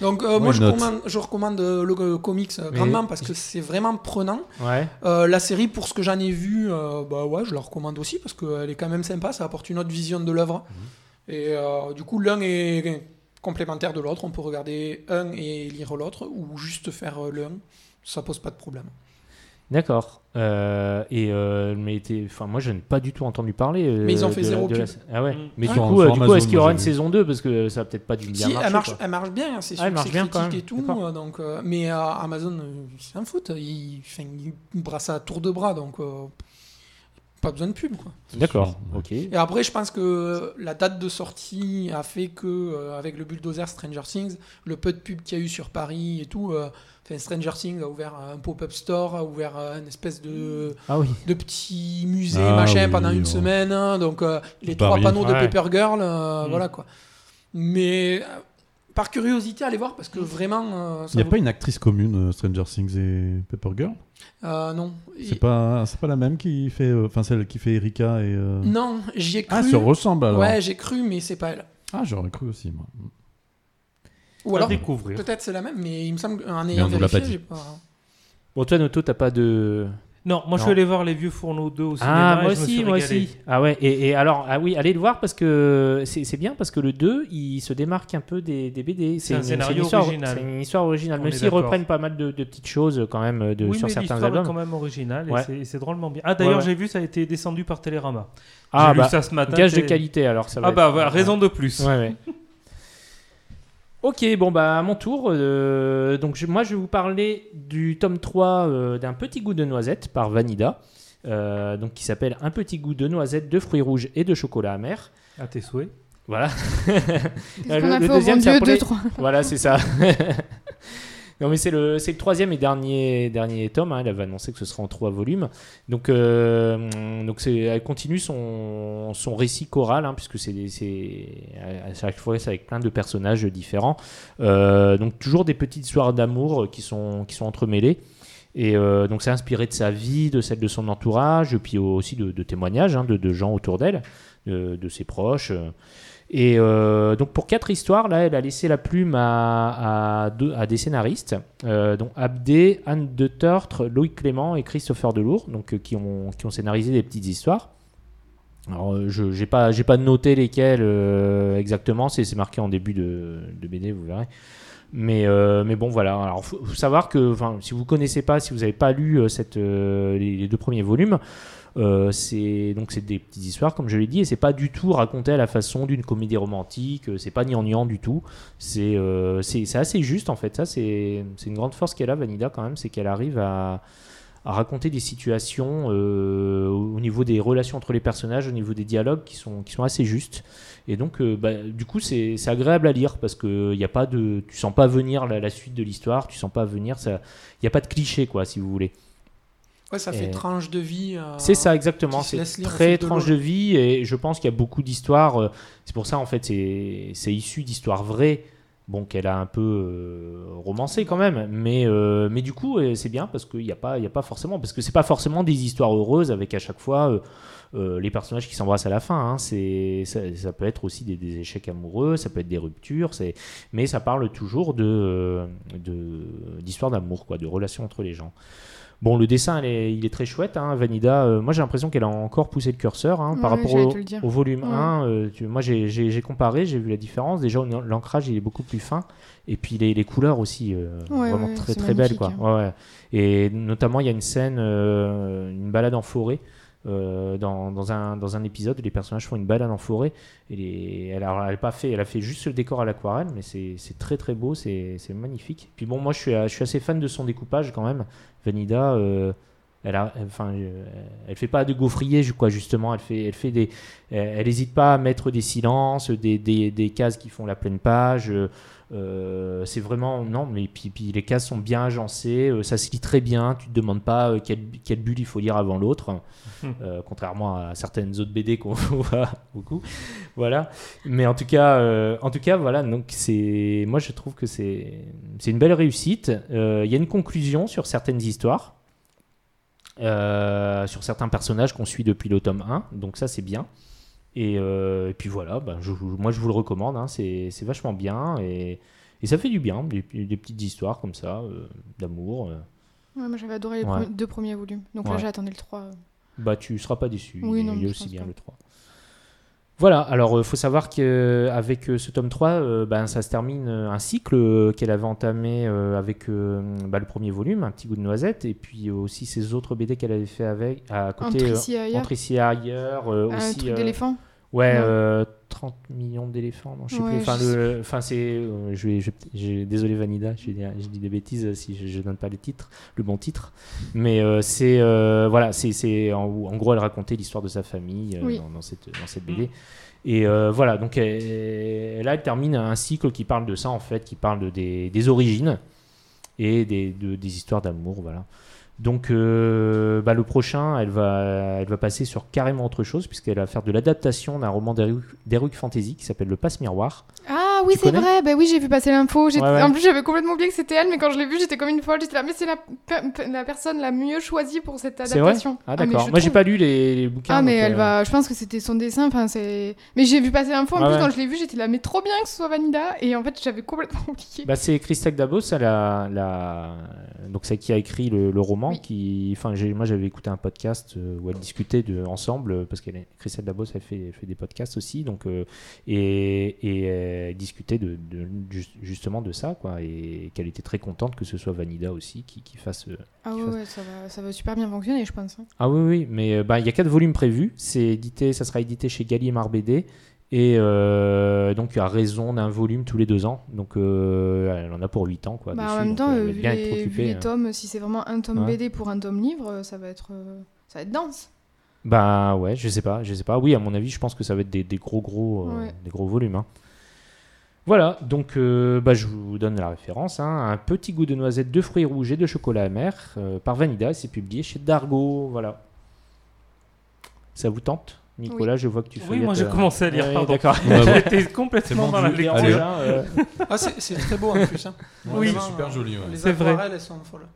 Speaker 5: Donc euh, moi
Speaker 6: Why
Speaker 5: je
Speaker 6: not
Speaker 5: recommande, je recommande, euh, le euh, comics euh,
Speaker 4: Mais-
Speaker 5: grandement parce que c'est vraiment prenant.
Speaker 4: Ouais.
Speaker 5: Euh, la série pour ce que j'en ai vu, euh, bah ouais je la recommande aussi parce qu'elle est quand même sympa, ça apporte une autre vision de l'œuvre. Et euh, du coup l'un est complémentaire de l'autre, on peut regarder un et lire l'autre ou juste faire euh, l'un, ça pose pas de problème.
Speaker 4: D'accord. Euh, et euh, mais t'es- enfin, moi, je n'ai pas du tout entendu parler. euh,
Speaker 5: Mais ils ont fait
Speaker 4: de la-
Speaker 5: zéro
Speaker 4: de la-
Speaker 5: pub.
Speaker 4: Ah ouais.
Speaker 8: Mm.
Speaker 4: Mais du
Speaker 6: Sur-
Speaker 4: coup, euh,
Speaker 6: sur
Speaker 4: du coup,
Speaker 6: Amazon,
Speaker 4: est-ce qu'il y
Speaker 6: moi,
Speaker 4: aura
Speaker 6: j'ai
Speaker 4: une
Speaker 6: vu.
Speaker 4: saison 2 parce que ça a peut-être pas dû bien
Speaker 5: Si,
Speaker 4: marcher.
Speaker 5: elle, marche,
Speaker 4: quoi.
Speaker 5: elle marche bien, hein, c'est
Speaker 4: Ah,
Speaker 5: sûr
Speaker 4: elle
Speaker 5: que
Speaker 4: marche
Speaker 5: c'est
Speaker 4: bien, quand
Speaker 5: critique
Speaker 4: même.
Speaker 5: et tout.
Speaker 4: D'accord.
Speaker 5: euh, Donc, euh, mais euh, Amazon, euh, ils s'en foutent. Ils, enfin, ils brassent à tour de bras, donc euh, pas besoin de pub. Quoi.
Speaker 4: D'accord.
Speaker 6: Ouais.
Speaker 4: Ok.
Speaker 5: Et après, je pense que la date de sortie a fait que, euh, avec le bulldozer Stranger Things, le peu de pub qu'il y a eu sur Paris et tout, euh, enfin, Stranger Things a ouvert un pop-up store, a ouvert euh, une espèce de,
Speaker 4: Ah oui.
Speaker 5: de petit musée,
Speaker 6: Ah
Speaker 5: machin,
Speaker 6: oui,
Speaker 5: pendant une
Speaker 6: ouais.
Speaker 5: semaine. hein, donc, euh, les
Speaker 6: Paris.
Speaker 5: trois panneaux
Speaker 4: Ouais.
Speaker 5: de Paper Girl, euh,
Speaker 8: Mm.
Speaker 5: voilà quoi. Mais euh, par curiosité, allez voir parce que vraiment. euh, ça
Speaker 6: Il n'y a
Speaker 5: vaut-
Speaker 6: pas une actrice commune, euh, Stranger Things et Pepper Girl
Speaker 5: Euh, non.
Speaker 6: C'est
Speaker 5: Et-
Speaker 6: pas, c'est pas la même qui fait. euh, Enfin, celle qui fait Erika et. euh,
Speaker 5: Non, j'y ai cru.
Speaker 6: Ah, se ressemble alors.
Speaker 5: ouais, j'ai cru, mais c'est pas elle.
Speaker 6: Ah, j'aurais cru aussi, moi.
Speaker 5: Ou
Speaker 8: à
Speaker 5: alors,
Speaker 8: découvrir.
Speaker 5: peut-être c'est la même, mais il me semble qu'en
Speaker 6: Mais
Speaker 5: ayant
Speaker 6: on nous l'a
Speaker 5: vérifié,
Speaker 6: pas dit.
Speaker 5: j'ai pas.
Speaker 4: Bon, toi, Noto, t'as pas de.
Speaker 8: Non, moi je
Speaker 4: Non.
Speaker 8: suis allé voir les vieux fourneaux 2 au cinéma.
Speaker 4: Ah, moi
Speaker 8: et je me
Speaker 4: aussi,
Speaker 8: suis
Speaker 4: moi
Speaker 8: régalé.
Speaker 4: aussi. Ah ouais, et, et alors, ah oui, allez le voir parce que c'est c'est bien parce que le 2, il se démarque un peu des, des BD.
Speaker 8: un
Speaker 4: une-
Speaker 8: scénario
Speaker 4: une histoire,
Speaker 8: original.
Speaker 4: C'est une histoire originale,
Speaker 8: On
Speaker 4: même
Speaker 8: est
Speaker 4: s'ils
Speaker 8: d'accord.
Speaker 4: reprennent pas mal de, de petites choses quand même de,
Speaker 8: oui,
Speaker 4: sur
Speaker 8: mais
Speaker 4: certains
Speaker 8: l'histoire est
Speaker 4: albums.
Speaker 8: quand même originale et
Speaker 4: Ouais.
Speaker 8: c'est- et c'est drôlement bien. Ah, d'ailleurs,
Speaker 4: Ouais, ouais.
Speaker 8: j'ai vu, ça a été descendu par Télérama.
Speaker 4: Ah
Speaker 8: j'ai
Speaker 4: bah,
Speaker 8: vu ça ce matin.
Speaker 4: gage de
Speaker 8: t'es-
Speaker 4: qualité alors, ça va.
Speaker 8: Ah,
Speaker 4: être-
Speaker 8: bah, voilà, raison de plus.
Speaker 4: Ouais, ouais. Ok, bon bah à mon tour, euh, donc je- moi je vais vous parler du tome 3 euh, d'un petit goût de noisette par Vanida, euh, donc qui s'appelle Un petit goût de noisette, de fruits rouges et de chocolat amer.
Speaker 8: À tes souhaits.
Speaker 4: Voilà.
Speaker 7: C'est ce qu'on a fait au
Speaker 4: deuxième,
Speaker 7: bon
Speaker 4: c'est
Speaker 7: Dieu,
Speaker 4: appelé-
Speaker 7: deux, trois.
Speaker 4: Voilà, c'est ça. Non mais c'est le, c'est le troisième et dernier, dernier tome, hein. elle avait annoncé que ce sera en trois volumes. Donc, euh, donc c'est, elle continue son, son récit choral, hein, puisque c'est, des- c'est, à à chaque fois c'est avec plein de personnages différents. Euh, donc toujours des petites histoires d'amour qui sont, qui sont entremêlées. Et euh, donc c'est inspiré de sa vie, de celle de son entourage, puis aussi de, de témoignages hein, de, de gens autour d'elle, de, de ses proches. euh, Et euh, donc pour quatre histoires, là, elle a laissé la plume à, à deux- à des scénaristes, euh, dont Abdé, Anne de Tertre, Loïc Clément et Christopher Delour, donc, euh, qui, ont, qui ont scénarisé des petites histoires. Alors, euh, je n'ai pas, j'ai pas noté lesquelles euh, exactement, c'est c'est marqué en début de, de BD, vous verrez. Mais, euh, mais bon, voilà. Alors, faut, faut savoir que enfin, si vous connaissez pas, si vous n'avez pas lu euh, cette, euh, les, les deux premiers volumes, euh, c'est donc c'est des petites histoires, comme je l'ai dit, et c'est pas du tout raconté à la façon d'une comédie romantique. euh, C'est pas gnangnan du tout. C'est euh, c'est c'est assez juste en fait. Ça, c'est c'est une grande force qu'elle a, Vanida quand même, c'est qu'elle arrive à à raconter des situations euh, au au niveau des relations entre les personnages, au niveau des dialogues qui sont, qui sont assez justes. Et donc, euh, bah, du coup, c'est c'est agréable à lire parce que euh, y a pas de, tu sens pas venir la, la suite de l'histoire, tu sens pas venir, il n'y a pas de cliché, quoi, si vous voulez.
Speaker 5: Ouais, ça fait
Speaker 4: Et-
Speaker 5: tranche de vie. euh,
Speaker 4: C'est ça, exactement.
Speaker 5: qui se
Speaker 4: C'est
Speaker 5: laisse lire au
Speaker 4: très
Speaker 5: fil de
Speaker 4: tranche de
Speaker 5: l'eau.
Speaker 4: vie et je pense qu'il y a beaucoup d'histoires. euh, C'est pour ça, en fait, c'est c'est issu d'histoires vraies bon, qu'elle a un peu euh, romancé quand même. Mais, euh, mais du coup, euh, c'est bien parce qu'il n'y a, pas- il y a pas forcément. Parce que c'est pas forcément des histoires heureuses avec à chaque fois euh, euh, les personnages qui s'embrassent à la fin. hein. C'est, ça, ça peut être aussi des, des échecs amoureux, ça peut être des ruptures. C'est, mais ça parle toujours de, euh, de, d'histoire d'amour, quoi, de relations entre les gens. Bon, le dessin, elle est- il est très chouette. hein, Vanida, Euh, moi j'ai l'impression qu'elle a encore poussé le curseur hein, par
Speaker 7: Ouais,
Speaker 4: rapport
Speaker 7: j'allais
Speaker 4: au,
Speaker 7: te le dire.
Speaker 4: au volume
Speaker 7: Ouais.
Speaker 4: 1, euh, tu- moi j'ai- j'ai j'ai comparé, j'ai vu la différence. Déjà, au- l'ancrage il est beaucoup plus fin. Et puis les, les couleurs aussi, euh,
Speaker 7: Ouais,
Speaker 4: vraiment
Speaker 7: ouais,
Speaker 4: très
Speaker 7: c'est
Speaker 4: très belles. Quoi.
Speaker 7: magnifique, hein.
Speaker 4: Ouais, ouais. Et notamment, il y a une scène, euh, une balade en forêt. euh, dans, dans un, dans un épisode, les personnages font une balade en forêt. Et les- elle, a, elle a pas fait, elle a fait juste le décor à l'aquarelle, mais c'est c'est très très beau, c'est c'est magnifique. Puis bon, moi je suis, euh, je suis assez fan de son découpage quand même. Vanida, euh, elle, a, enfin, euh, elle fait pas de gaufrier, ju- quoi, justement. Elle fait, elle fait des, euh, elle n'hésite pas à mettre des silences, des, des- des cases qui font la pleine page. euh, euh, c'est vraiment non, mais puis, puis les cases sont bien agencées, euh, ça se lit très bien. Tu te demandes pas euh, quelle, quelle bulle il faut lire avant l'autre, euh, contrairement à certaines autres BD qu'on voit beaucoup. Voilà. Mais en tout cas, euh, en tout cas, voilà. Donc c'est, moi je trouve que c'est, c'est une belle réussite. Euh, Il y a une conclusion sur certaines histoires. euh, sur certains personnages qu'on suit depuis le tome 1, donc ça c'est bien. Et, euh, et puis voilà, ben, je- je- moi je vous le recommande, hein, c'est c'est vachement bien et, et ça fait du bien, des, des petites histoires comme ça, euh, d'amour. euh.
Speaker 7: Ouais, moi j'avais adoré les
Speaker 4: Ouais.
Speaker 7: premi- deux premiers volumes. Donc là
Speaker 4: Ouais.
Speaker 7: j'attendais le 3.
Speaker 4: Bah tu seras pas déçu,
Speaker 7: Oui,
Speaker 4: il,
Speaker 7: non,
Speaker 4: il
Speaker 7: je
Speaker 4: est aussi
Speaker 7: pense
Speaker 4: bien
Speaker 7: pas.
Speaker 4: le 3. Voilà, alors euh, faut savoir qu'avec ce tome 3, euh, ben, ça se termine euh, un cycle euh, qu'elle avait entamé euh, avec euh, bah, le premier volume, Un petit goût de noisette, et puis euh, aussi ses autres BD qu'elle avait fait avec, à côté,
Speaker 7: Entre
Speaker 4: euh,
Speaker 7: ici et ailleurs.
Speaker 4: Entre ici et ailleurs, euh,
Speaker 7: Un
Speaker 4: aussi...
Speaker 7: truc
Speaker 4: euh,
Speaker 7: d'éléphant.
Speaker 4: Ouais,
Speaker 7: Non.
Speaker 4: euh, 30 millions d'éléphants, non, je sais
Speaker 7: Ouais,
Speaker 4: plus. Enfin,
Speaker 7: je
Speaker 4: le, enfin c'est, euh, je vais, je vais- j'ai- désolé Vanida, je dis, je dis des bêtises euh, si je, je donne pas le titre, le bon titre. Mais euh, c'est, euh, voilà, c'est, c'est en, en gros, elle racontait l'histoire de sa famille euh,
Speaker 7: Oui.
Speaker 4: dans, dans cette, dans cette BD. Et euh, voilà, donc elle- là, elle termine un cycle qui parle de ça en fait, qui parle de- des, des origines et des, de- des histoires d'amour, voilà. Donc, euh, bah, le prochain, elle va, elle va passer sur carrément autre chose, puisqu'elle va faire de l'adaptation d'un roman d'Heroic d'Heroic Fantasy qui s'appelle Le Passe-Miroir.
Speaker 7: Ah oui,
Speaker 4: Tu
Speaker 7: c'est
Speaker 4: connais
Speaker 7: vrai. Bah oui, j'ai vu passer l'info. J'ai-
Speaker 4: Ouais, ouais.
Speaker 7: En plus, j'avais complètement oublié que c'était elle, mais quand je l'ai vue, j'étais comme une folle. J'étais là, mais c'est la, pe- pe- la personne la mieux choisie pour cette
Speaker 4: C'est vrai
Speaker 7: adaptation.
Speaker 4: Ah,
Speaker 7: mais
Speaker 4: d'accord.
Speaker 7: je
Speaker 4: Moi, j'ai
Speaker 7: trouve.
Speaker 4: pas lu les, les bouquins.
Speaker 7: Ah, mais
Speaker 4: donc,
Speaker 7: elle
Speaker 4: euh,
Speaker 7: va. Je pense que c'était son dessin. Enfin, c'est. Mais j'ai vu passer l'info. En
Speaker 4: Ah
Speaker 7: plus,
Speaker 4: ouais.
Speaker 7: quand je l'ai vue, j'étais là, mais trop bien que ce soit Vanida. Et en fait, j'avais complètement oublié.
Speaker 4: Bah, c'est Christelle Dabos, elle a- la- donc celle qui a écrit le, le roman.
Speaker 7: Oui.
Speaker 4: Qui, enfin, j'ai- moi j'avais écouté un podcast euh, où elle discutait de, ensemble euh, parce qu'elle est- Christelle Dabos, elle fait, fait des podcasts aussi, donc euh, et, et elle discutait de, de- ju- justement de ça, quoi, et qu'elle était très contente que ce soit Vanida aussi qui, qui fasse. euh,
Speaker 7: ah ouais,
Speaker 4: fasse-
Speaker 7: ouais, ça va, ça va super bien fonctionner, je pense. hein.
Speaker 4: Ah oui, oui, mais euh, bah, il y a quatre volumes prévus. C'est édité, ça sera édité chez Gallimard BD. Et euh, donc, à raison d'un volume tous les deux ans. Donc, euh, elle en a pour 8 ans. Quoi,
Speaker 7: bah,
Speaker 4: dessus,
Speaker 7: en même
Speaker 4: donc,
Speaker 7: temps,
Speaker 4: elle
Speaker 7: euh,
Speaker 4: va
Speaker 7: vu,
Speaker 4: bien
Speaker 7: les,
Speaker 4: être
Speaker 7: vu
Speaker 4: occupée,
Speaker 7: les
Speaker 4: hein.
Speaker 7: tomes, si c'est vraiment un tome
Speaker 4: Ouais.
Speaker 7: BD pour un tome livre, euh, ça va être, euh, ça va être dense.
Speaker 4: Bah ouais, je sais pas, je sais pas. Oui, à mon avis, je pense que ça va être des, des gros gros, euh,
Speaker 7: Ouais.
Speaker 4: des gros volumes. hein. Voilà, donc euh, bah, je vous donne la référence. hein. Un petit goût de noisette, de fruits rouges et de chocolat amer euh, par Vanida. C'est publié chez Dargo. Voilà. Ça vous tente, Nicolas Je vois que tu fais.
Speaker 8: Oui, moi j'ai commencé à lire,
Speaker 4: Oui,
Speaker 8: pardon.
Speaker 4: D'accord.
Speaker 6: On va voir.
Speaker 8: J'étais complètement
Speaker 6: C'est bon,
Speaker 8: dans la
Speaker 6: Dieu.
Speaker 8: lecture.
Speaker 6: Allez.
Speaker 4: Déjà, euh,
Speaker 5: Ah, c'est c'est très beau en plus. hein.
Speaker 8: Oui.
Speaker 5: Vraiment,
Speaker 6: Super
Speaker 5: euh,
Speaker 6: joli, ouais.
Speaker 5: Les
Speaker 8: C'est vrai.
Speaker 5: aquarelles, elles sont folles.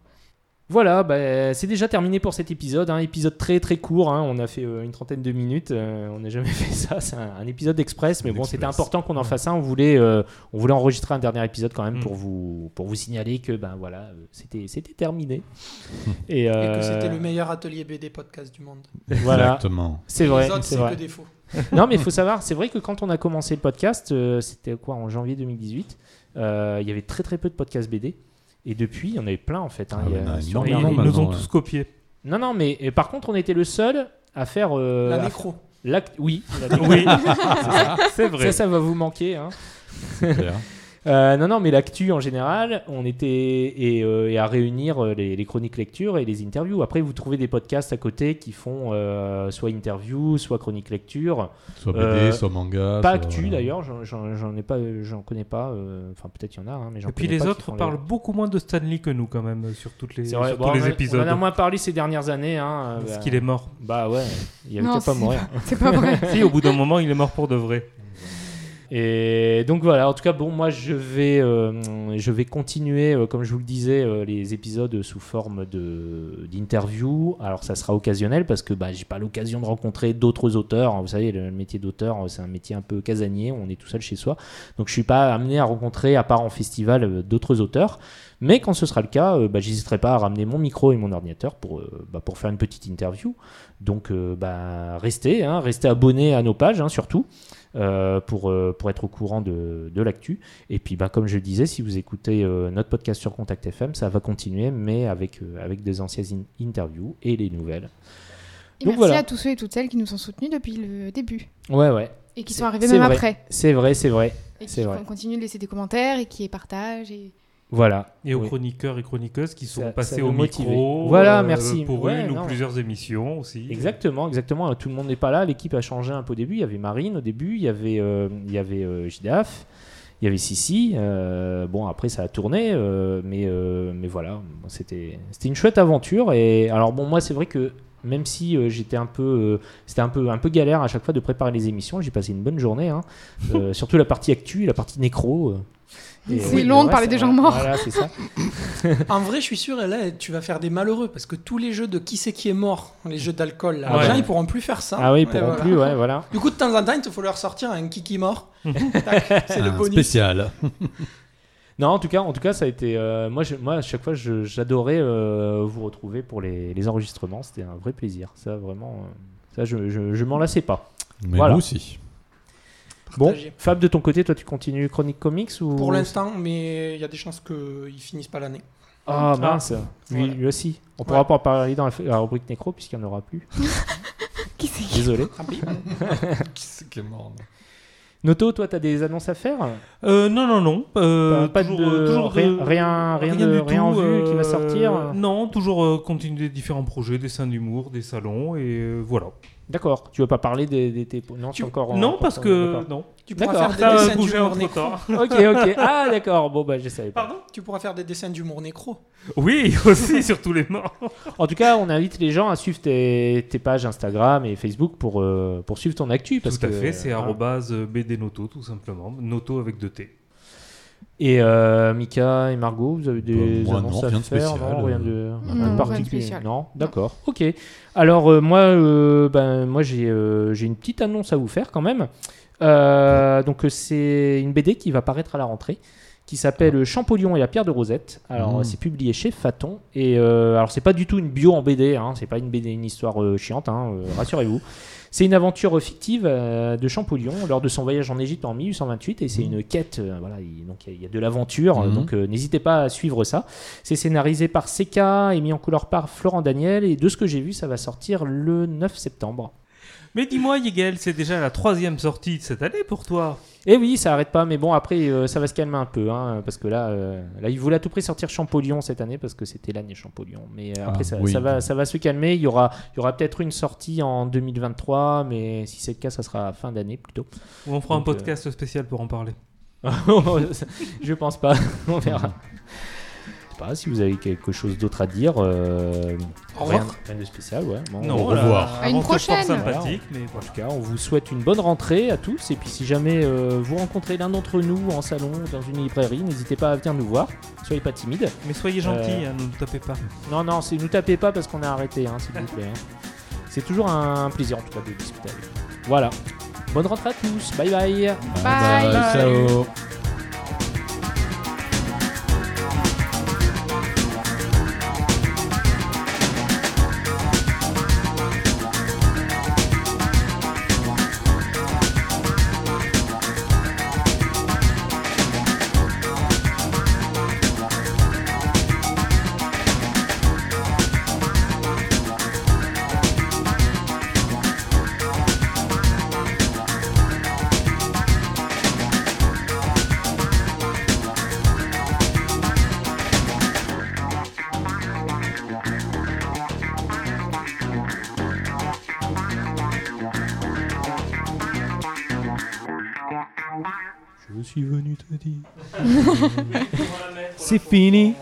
Speaker 4: Voilà, bah, c'est déjà terminé pour cet épisode. Un épisode très très court. hein. On a fait euh, une trentaine de minutes. euh, on n'a jamais fait ça. C'est un, un épisode express, mais
Speaker 6: Un
Speaker 4: bon, c'était
Speaker 6: express.
Speaker 4: important qu'on en fasse un. On voulait, euh, on voulait enregistrer un dernier épisode quand même
Speaker 8: Mm.
Speaker 4: pour vous pour vous signaler que ben voilà, euh, c'était c'était terminé. Et,
Speaker 5: Et
Speaker 4: euh,
Speaker 5: que c'était le meilleur atelier BD podcast du monde.
Speaker 4: Voilà,
Speaker 6: Exactement.
Speaker 4: c'est vrai.
Speaker 5: les autres,
Speaker 4: c'est
Speaker 5: c'est
Speaker 4: vrai.
Speaker 5: que des faux.
Speaker 4: non, mais il faut savoir, c'est vrai que quand on a commencé le podcast, euh, c'était quoi en janvier 2018, euh, il y avait très très peu de podcasts BD. Et depuis, il y en avait plein en fait. hein.
Speaker 6: Ah
Speaker 4: Il y
Speaker 6: ouais,
Speaker 4: a-
Speaker 6: on a
Speaker 4: sur
Speaker 8: Et
Speaker 4: les-
Speaker 6: énormément.
Speaker 8: ils nous ont
Speaker 6: ouais.
Speaker 8: tous copiés.
Speaker 4: Non, non, mais et par contre, on était le seul à faire. euh,
Speaker 5: La
Speaker 4: à-
Speaker 5: nécro.
Speaker 4: l'act- Oui, la-
Speaker 8: Oui, c'est vrai.
Speaker 4: ça, ça va vous manquer. hein.
Speaker 6: Super.
Speaker 4: Euh, non, non, mais l'actu en général, on était et, euh, et à réunir euh, les, les chroniques lecture et les interviews. Après, vous trouvez des podcasts à côté qui font euh, soit interview, soit chronique lecture.
Speaker 8: Ah,
Speaker 6: Soit BD,
Speaker 4: Euh,
Speaker 6: soit manga.
Speaker 4: pas
Speaker 6: soit-
Speaker 4: actu
Speaker 6: voilà.
Speaker 4: d'ailleurs, j'en- j'en j'en ai pas, j'en connais pas. euh, Enfin, peut-être il y en a, hein, mais j'en
Speaker 8: Et puis
Speaker 4: connais
Speaker 8: les
Speaker 4: pas qui
Speaker 8: autres
Speaker 4: font
Speaker 8: parlent beaucoup moins de Stanley que nous, quand même, euh, sur, toutes les,
Speaker 4: C'est vrai,
Speaker 8: sur
Speaker 4: bon,
Speaker 8: tous
Speaker 4: on en
Speaker 8: les
Speaker 4: a-
Speaker 8: épisodes.
Speaker 4: On en a moins parlé ces dernières années. Hein, euh,
Speaker 8: Parce
Speaker 4: bah,
Speaker 8: qu'il est mort.
Speaker 4: Bah ouais, il y avait
Speaker 7: Non,
Speaker 4: qu'à pas
Speaker 7: c'est
Speaker 4: mourir.
Speaker 7: C'est pas vrai.
Speaker 8: si, au bout d'un moment, il est mort pour de vrai.
Speaker 4: Et donc voilà, en tout cas, bon, moi je vais, euh, je vais continuer, euh, comme je vous le disais, euh, les épisodes sous forme de- d'interview. Alors ça sera occasionnel parce que bah, j'ai pas l'occasion de rencontrer d'autres auteurs. Vous savez, le métier d'auteur, euh, c'est un métier un peu casanier, on est tout seul chez soi. Donc je suis pas amené à rencontrer, à part en festival, euh, d'autres auteurs. Mais quand ce sera le cas, euh, bah, j'hésiterai pas à ramener mon micro et mon ordinateur pour, euh, bah, pour faire une petite interview. Donc euh, bah, restez, hein, restez abonnés à nos pages hein, surtout euh, pour, euh, pour être au courant de, de l'actu. Et puis, bah, comme je le disais, si vous écoutez euh, notre podcast sur Contact FM, ça va continuer, mais avec, euh, avec des anciennes in- interviews et les nouvelles.
Speaker 7: Et
Speaker 4: Donc
Speaker 7: merci
Speaker 4: voilà.
Speaker 7: à tous ceux et toutes celles qui nous ont soutenus depuis le début
Speaker 4: Ouais, ouais,
Speaker 7: et qui
Speaker 4: C'est-
Speaker 7: sont arrivés
Speaker 4: c'est
Speaker 7: même
Speaker 4: vrai.
Speaker 7: après
Speaker 4: c'est vrai, c'est vrai.
Speaker 7: et qui
Speaker 4: C'est vrai.
Speaker 7: continuent de laisser des commentaires et qui les partagent. Et...
Speaker 4: Voilà.
Speaker 8: Et aux
Speaker 4: Oui.
Speaker 8: chroniqueurs et chroniqueuses qui sont
Speaker 4: Ça- ça
Speaker 8: passés
Speaker 4: nous
Speaker 8: au
Speaker 4: motive.
Speaker 8: micro. euh,
Speaker 4: Voilà, merci.
Speaker 8: Pour
Speaker 4: Ouais,
Speaker 8: une
Speaker 4: non.
Speaker 8: ou plusieurs émissions aussi.
Speaker 4: Exactement, exactement. Tout le monde n'est pas là. L'équipe a changé un peu au début. Il y avait Marine au début, il y avait, euh, il y avait euh, JDAF, il y avait Sissi. Euh, bon, après, ça a tourné, euh, mais, euh, mais voilà, Bon, c'était c'était une chouette aventure. Et alors, bon, moi, c'est vrai que même si euh, j'étais un peu, euh, c'était un peu, un peu galère à chaque fois de préparer les émissions, j'ai passé une bonne journée, hein. Euh, surtout la partie actu, la partie nécro. euh. Et,
Speaker 7: C'est
Speaker 4: oui, le
Speaker 7: long de
Speaker 4: reste,
Speaker 7: parler des
Speaker 4: voilà,
Speaker 7: gens morts.
Speaker 4: Voilà, c'est ça.
Speaker 5: En vrai, je suis sûr, là, tu vas faire des malheureux parce que tous les jeux de qui c'est qui est mort, les jeux d'alcool, là,
Speaker 8: Ouais.
Speaker 5: les gens ils pourront plus faire ça.
Speaker 4: Ah oui,
Speaker 5: Et
Speaker 4: pour
Speaker 5: voilà.
Speaker 4: plus, ouais, voilà.
Speaker 5: Du coup, de temps en temps, il te faut leur sortir un kiki mort. Tac, c'est le
Speaker 6: Un
Speaker 5: bonus.
Speaker 6: Ah, spécial.
Speaker 4: Non, en tout cas, en tout cas, ça a été. euh, moi, je- moi, à chaque fois, je- j'adorais euh, vous retrouver pour les, les enregistrements. C'était un vrai plaisir. Ça, vraiment, euh, ça, je, je, je m'en lassais pas.
Speaker 6: Mais
Speaker 4: Voilà.
Speaker 6: nous aussi.
Speaker 5: Partagé.
Speaker 4: Bon, Fab, de ton côté, toi, tu continues Chronique Comics ou
Speaker 5: Pour l'instant, mais il y a des chances qu'ils finissent pas l'année.
Speaker 4: Ah
Speaker 8: Ah.
Speaker 4: mince, lui,
Speaker 5: Voilà.
Speaker 4: lui aussi. On pourra pas en parler dans la, f- la rubrique Nécro puisqu'il n'y en aura plus.
Speaker 7: Qui c'est qui
Speaker 4: Désolé.
Speaker 5: Tant pis.
Speaker 6: Qui c'est qui est mort
Speaker 4: Noto, toi, t'as des annonces à faire
Speaker 8: Euh, non, non, non. euh,
Speaker 4: Pas- pas
Speaker 8: toujours,
Speaker 4: de-
Speaker 8: euh, toujours
Speaker 4: rien-
Speaker 8: de-
Speaker 4: rien- rien de-
Speaker 8: du
Speaker 4: rien en
Speaker 8: tout,
Speaker 4: vue qui va
Speaker 8: euh,
Speaker 4: sortir
Speaker 8: Non, toujours euh, continuer des différents projets, dessins d'humour, des salons, et euh, voilà.
Speaker 4: D'accord. Tu veux pas parler des, des tes- non,
Speaker 8: Tu-
Speaker 4: c'est encore. en-
Speaker 8: non,
Speaker 4: encore
Speaker 8: parce
Speaker 4: en-
Speaker 8: que.
Speaker 4: d'accord.
Speaker 8: Non.
Speaker 5: Tu pourras
Speaker 4: D'accord,
Speaker 5: faire des
Speaker 8: Ça
Speaker 5: dessins
Speaker 8: a bougé
Speaker 5: d'humour
Speaker 8: entre
Speaker 5: nécro.
Speaker 8: temps.
Speaker 4: Ok, ok. Ah d'accord. Bon bah, je savais pas.
Speaker 8: Pardon
Speaker 5: Tu pourras faire des dessins d'humour nécro.
Speaker 8: Oui, aussi, sur tous les morts.
Speaker 4: En tout cas, on invite les gens à suivre tes, tes pages Instagram et Facebook pour, euh, pour suivre ton actu. Parce
Speaker 8: tout à
Speaker 4: que, euh, hein. ah.
Speaker 8: fait, c'est
Speaker 4: voilà.
Speaker 8: arrobase bdnoto, tout simplement. Noto avec deux T.
Speaker 4: Et euh, Mika et Margot, vous avez des
Speaker 6: Bah, moi,
Speaker 4: annonces
Speaker 6: non,
Speaker 4: à
Speaker 6: rien de
Speaker 4: faire
Speaker 6: spécial, euh,
Speaker 4: Non, rien de, rien de
Speaker 7: rien de
Speaker 4: particulier.
Speaker 7: spécial.
Speaker 4: Non, d'accord. Ok. Alors euh, moi, euh, ben, moi j'ai euh, j'ai une petite annonce à vous faire quand même. Euh, donc euh, c'est une BD qui va paraître à la rentrée qui
Speaker 6: Ah.
Speaker 4: s'appelle Champollion et la pierre de Rosette. Alors
Speaker 6: Mm.
Speaker 4: c'est publié chez Faton et euh, alors c'est pas du tout une bio en BD, hein, c'est pas une BD une histoire euh, chiante, hein, euh, rassurez-vous. C'est une aventure fictive euh, de Champollion lors de son voyage en Égypte en 1828 et c'est
Speaker 6: Mmh.
Speaker 4: une quête. euh, voilà, il- donc il y, a- il y a de l'aventure, euh,
Speaker 6: Mhm.
Speaker 4: donc euh, n'hésitez pas à suivre ça. C'est scénarisé par Seka et mis en couleur par Florent Daniel et de ce que j'ai vu, ça va sortir le 9 septembre.
Speaker 8: Mais dis-moi, Yegel, c'est déjà la troisième sortie de cette année pour toi.
Speaker 4: Et Eh oui, ça arrête pas, mais bon après euh, ça va se calmer un peu, hein, parce que là, euh, là ils voulaient à tout prix sortir Champollion cette année parce que c'était l'année Champollion. Mais euh,
Speaker 6: Ah,
Speaker 4: après ça,
Speaker 6: oui.
Speaker 4: ça va, ça va se calmer. Il y aura, il y aura peut-être une sortie en 2023, mais si c'est le cas, ça sera fin d'année plutôt.
Speaker 8: Ou on fera
Speaker 4: Donc,
Speaker 8: un podcast spécial pour en parler.
Speaker 4: je pense pas. On verra. Je sais pas si vous avez quelque chose d'autre à dire. euh,
Speaker 5: Au
Speaker 4: rien,
Speaker 5: revoir.
Speaker 4: rien de spécial, ouais. Bon,
Speaker 8: non,
Speaker 6: au
Speaker 8: voilà,
Speaker 6: revoir.
Speaker 8: un
Speaker 7: À une
Speaker 8: rencontre fort
Speaker 7: prochaine.
Speaker 8: sympathique, mais
Speaker 4: En
Speaker 8: voilà.
Speaker 4: tout cas, on vous souhaite une bonne rentrée à tous. Et puis, si jamais euh, vous rencontrez l'un d'entre nous en salon, dans une librairie, n'hésitez pas à venir nous voir. Soyez pas timide.
Speaker 8: Mais soyez gentils,
Speaker 4: Euh,
Speaker 8: hein, ne nous tapez pas.
Speaker 4: Non, non, c'est- nous tapez pas parce qu'on a arrêté, hein, s'il vous plaît. hein. C'est toujours un plaisir, en tout cas, de discuter avec vous. Voilà. Bonne rentrée à tous. Bye bye.
Speaker 7: Bye.
Speaker 6: Ciao.
Speaker 4: Je suis venu te dire.
Speaker 8: C'est
Speaker 4: fini.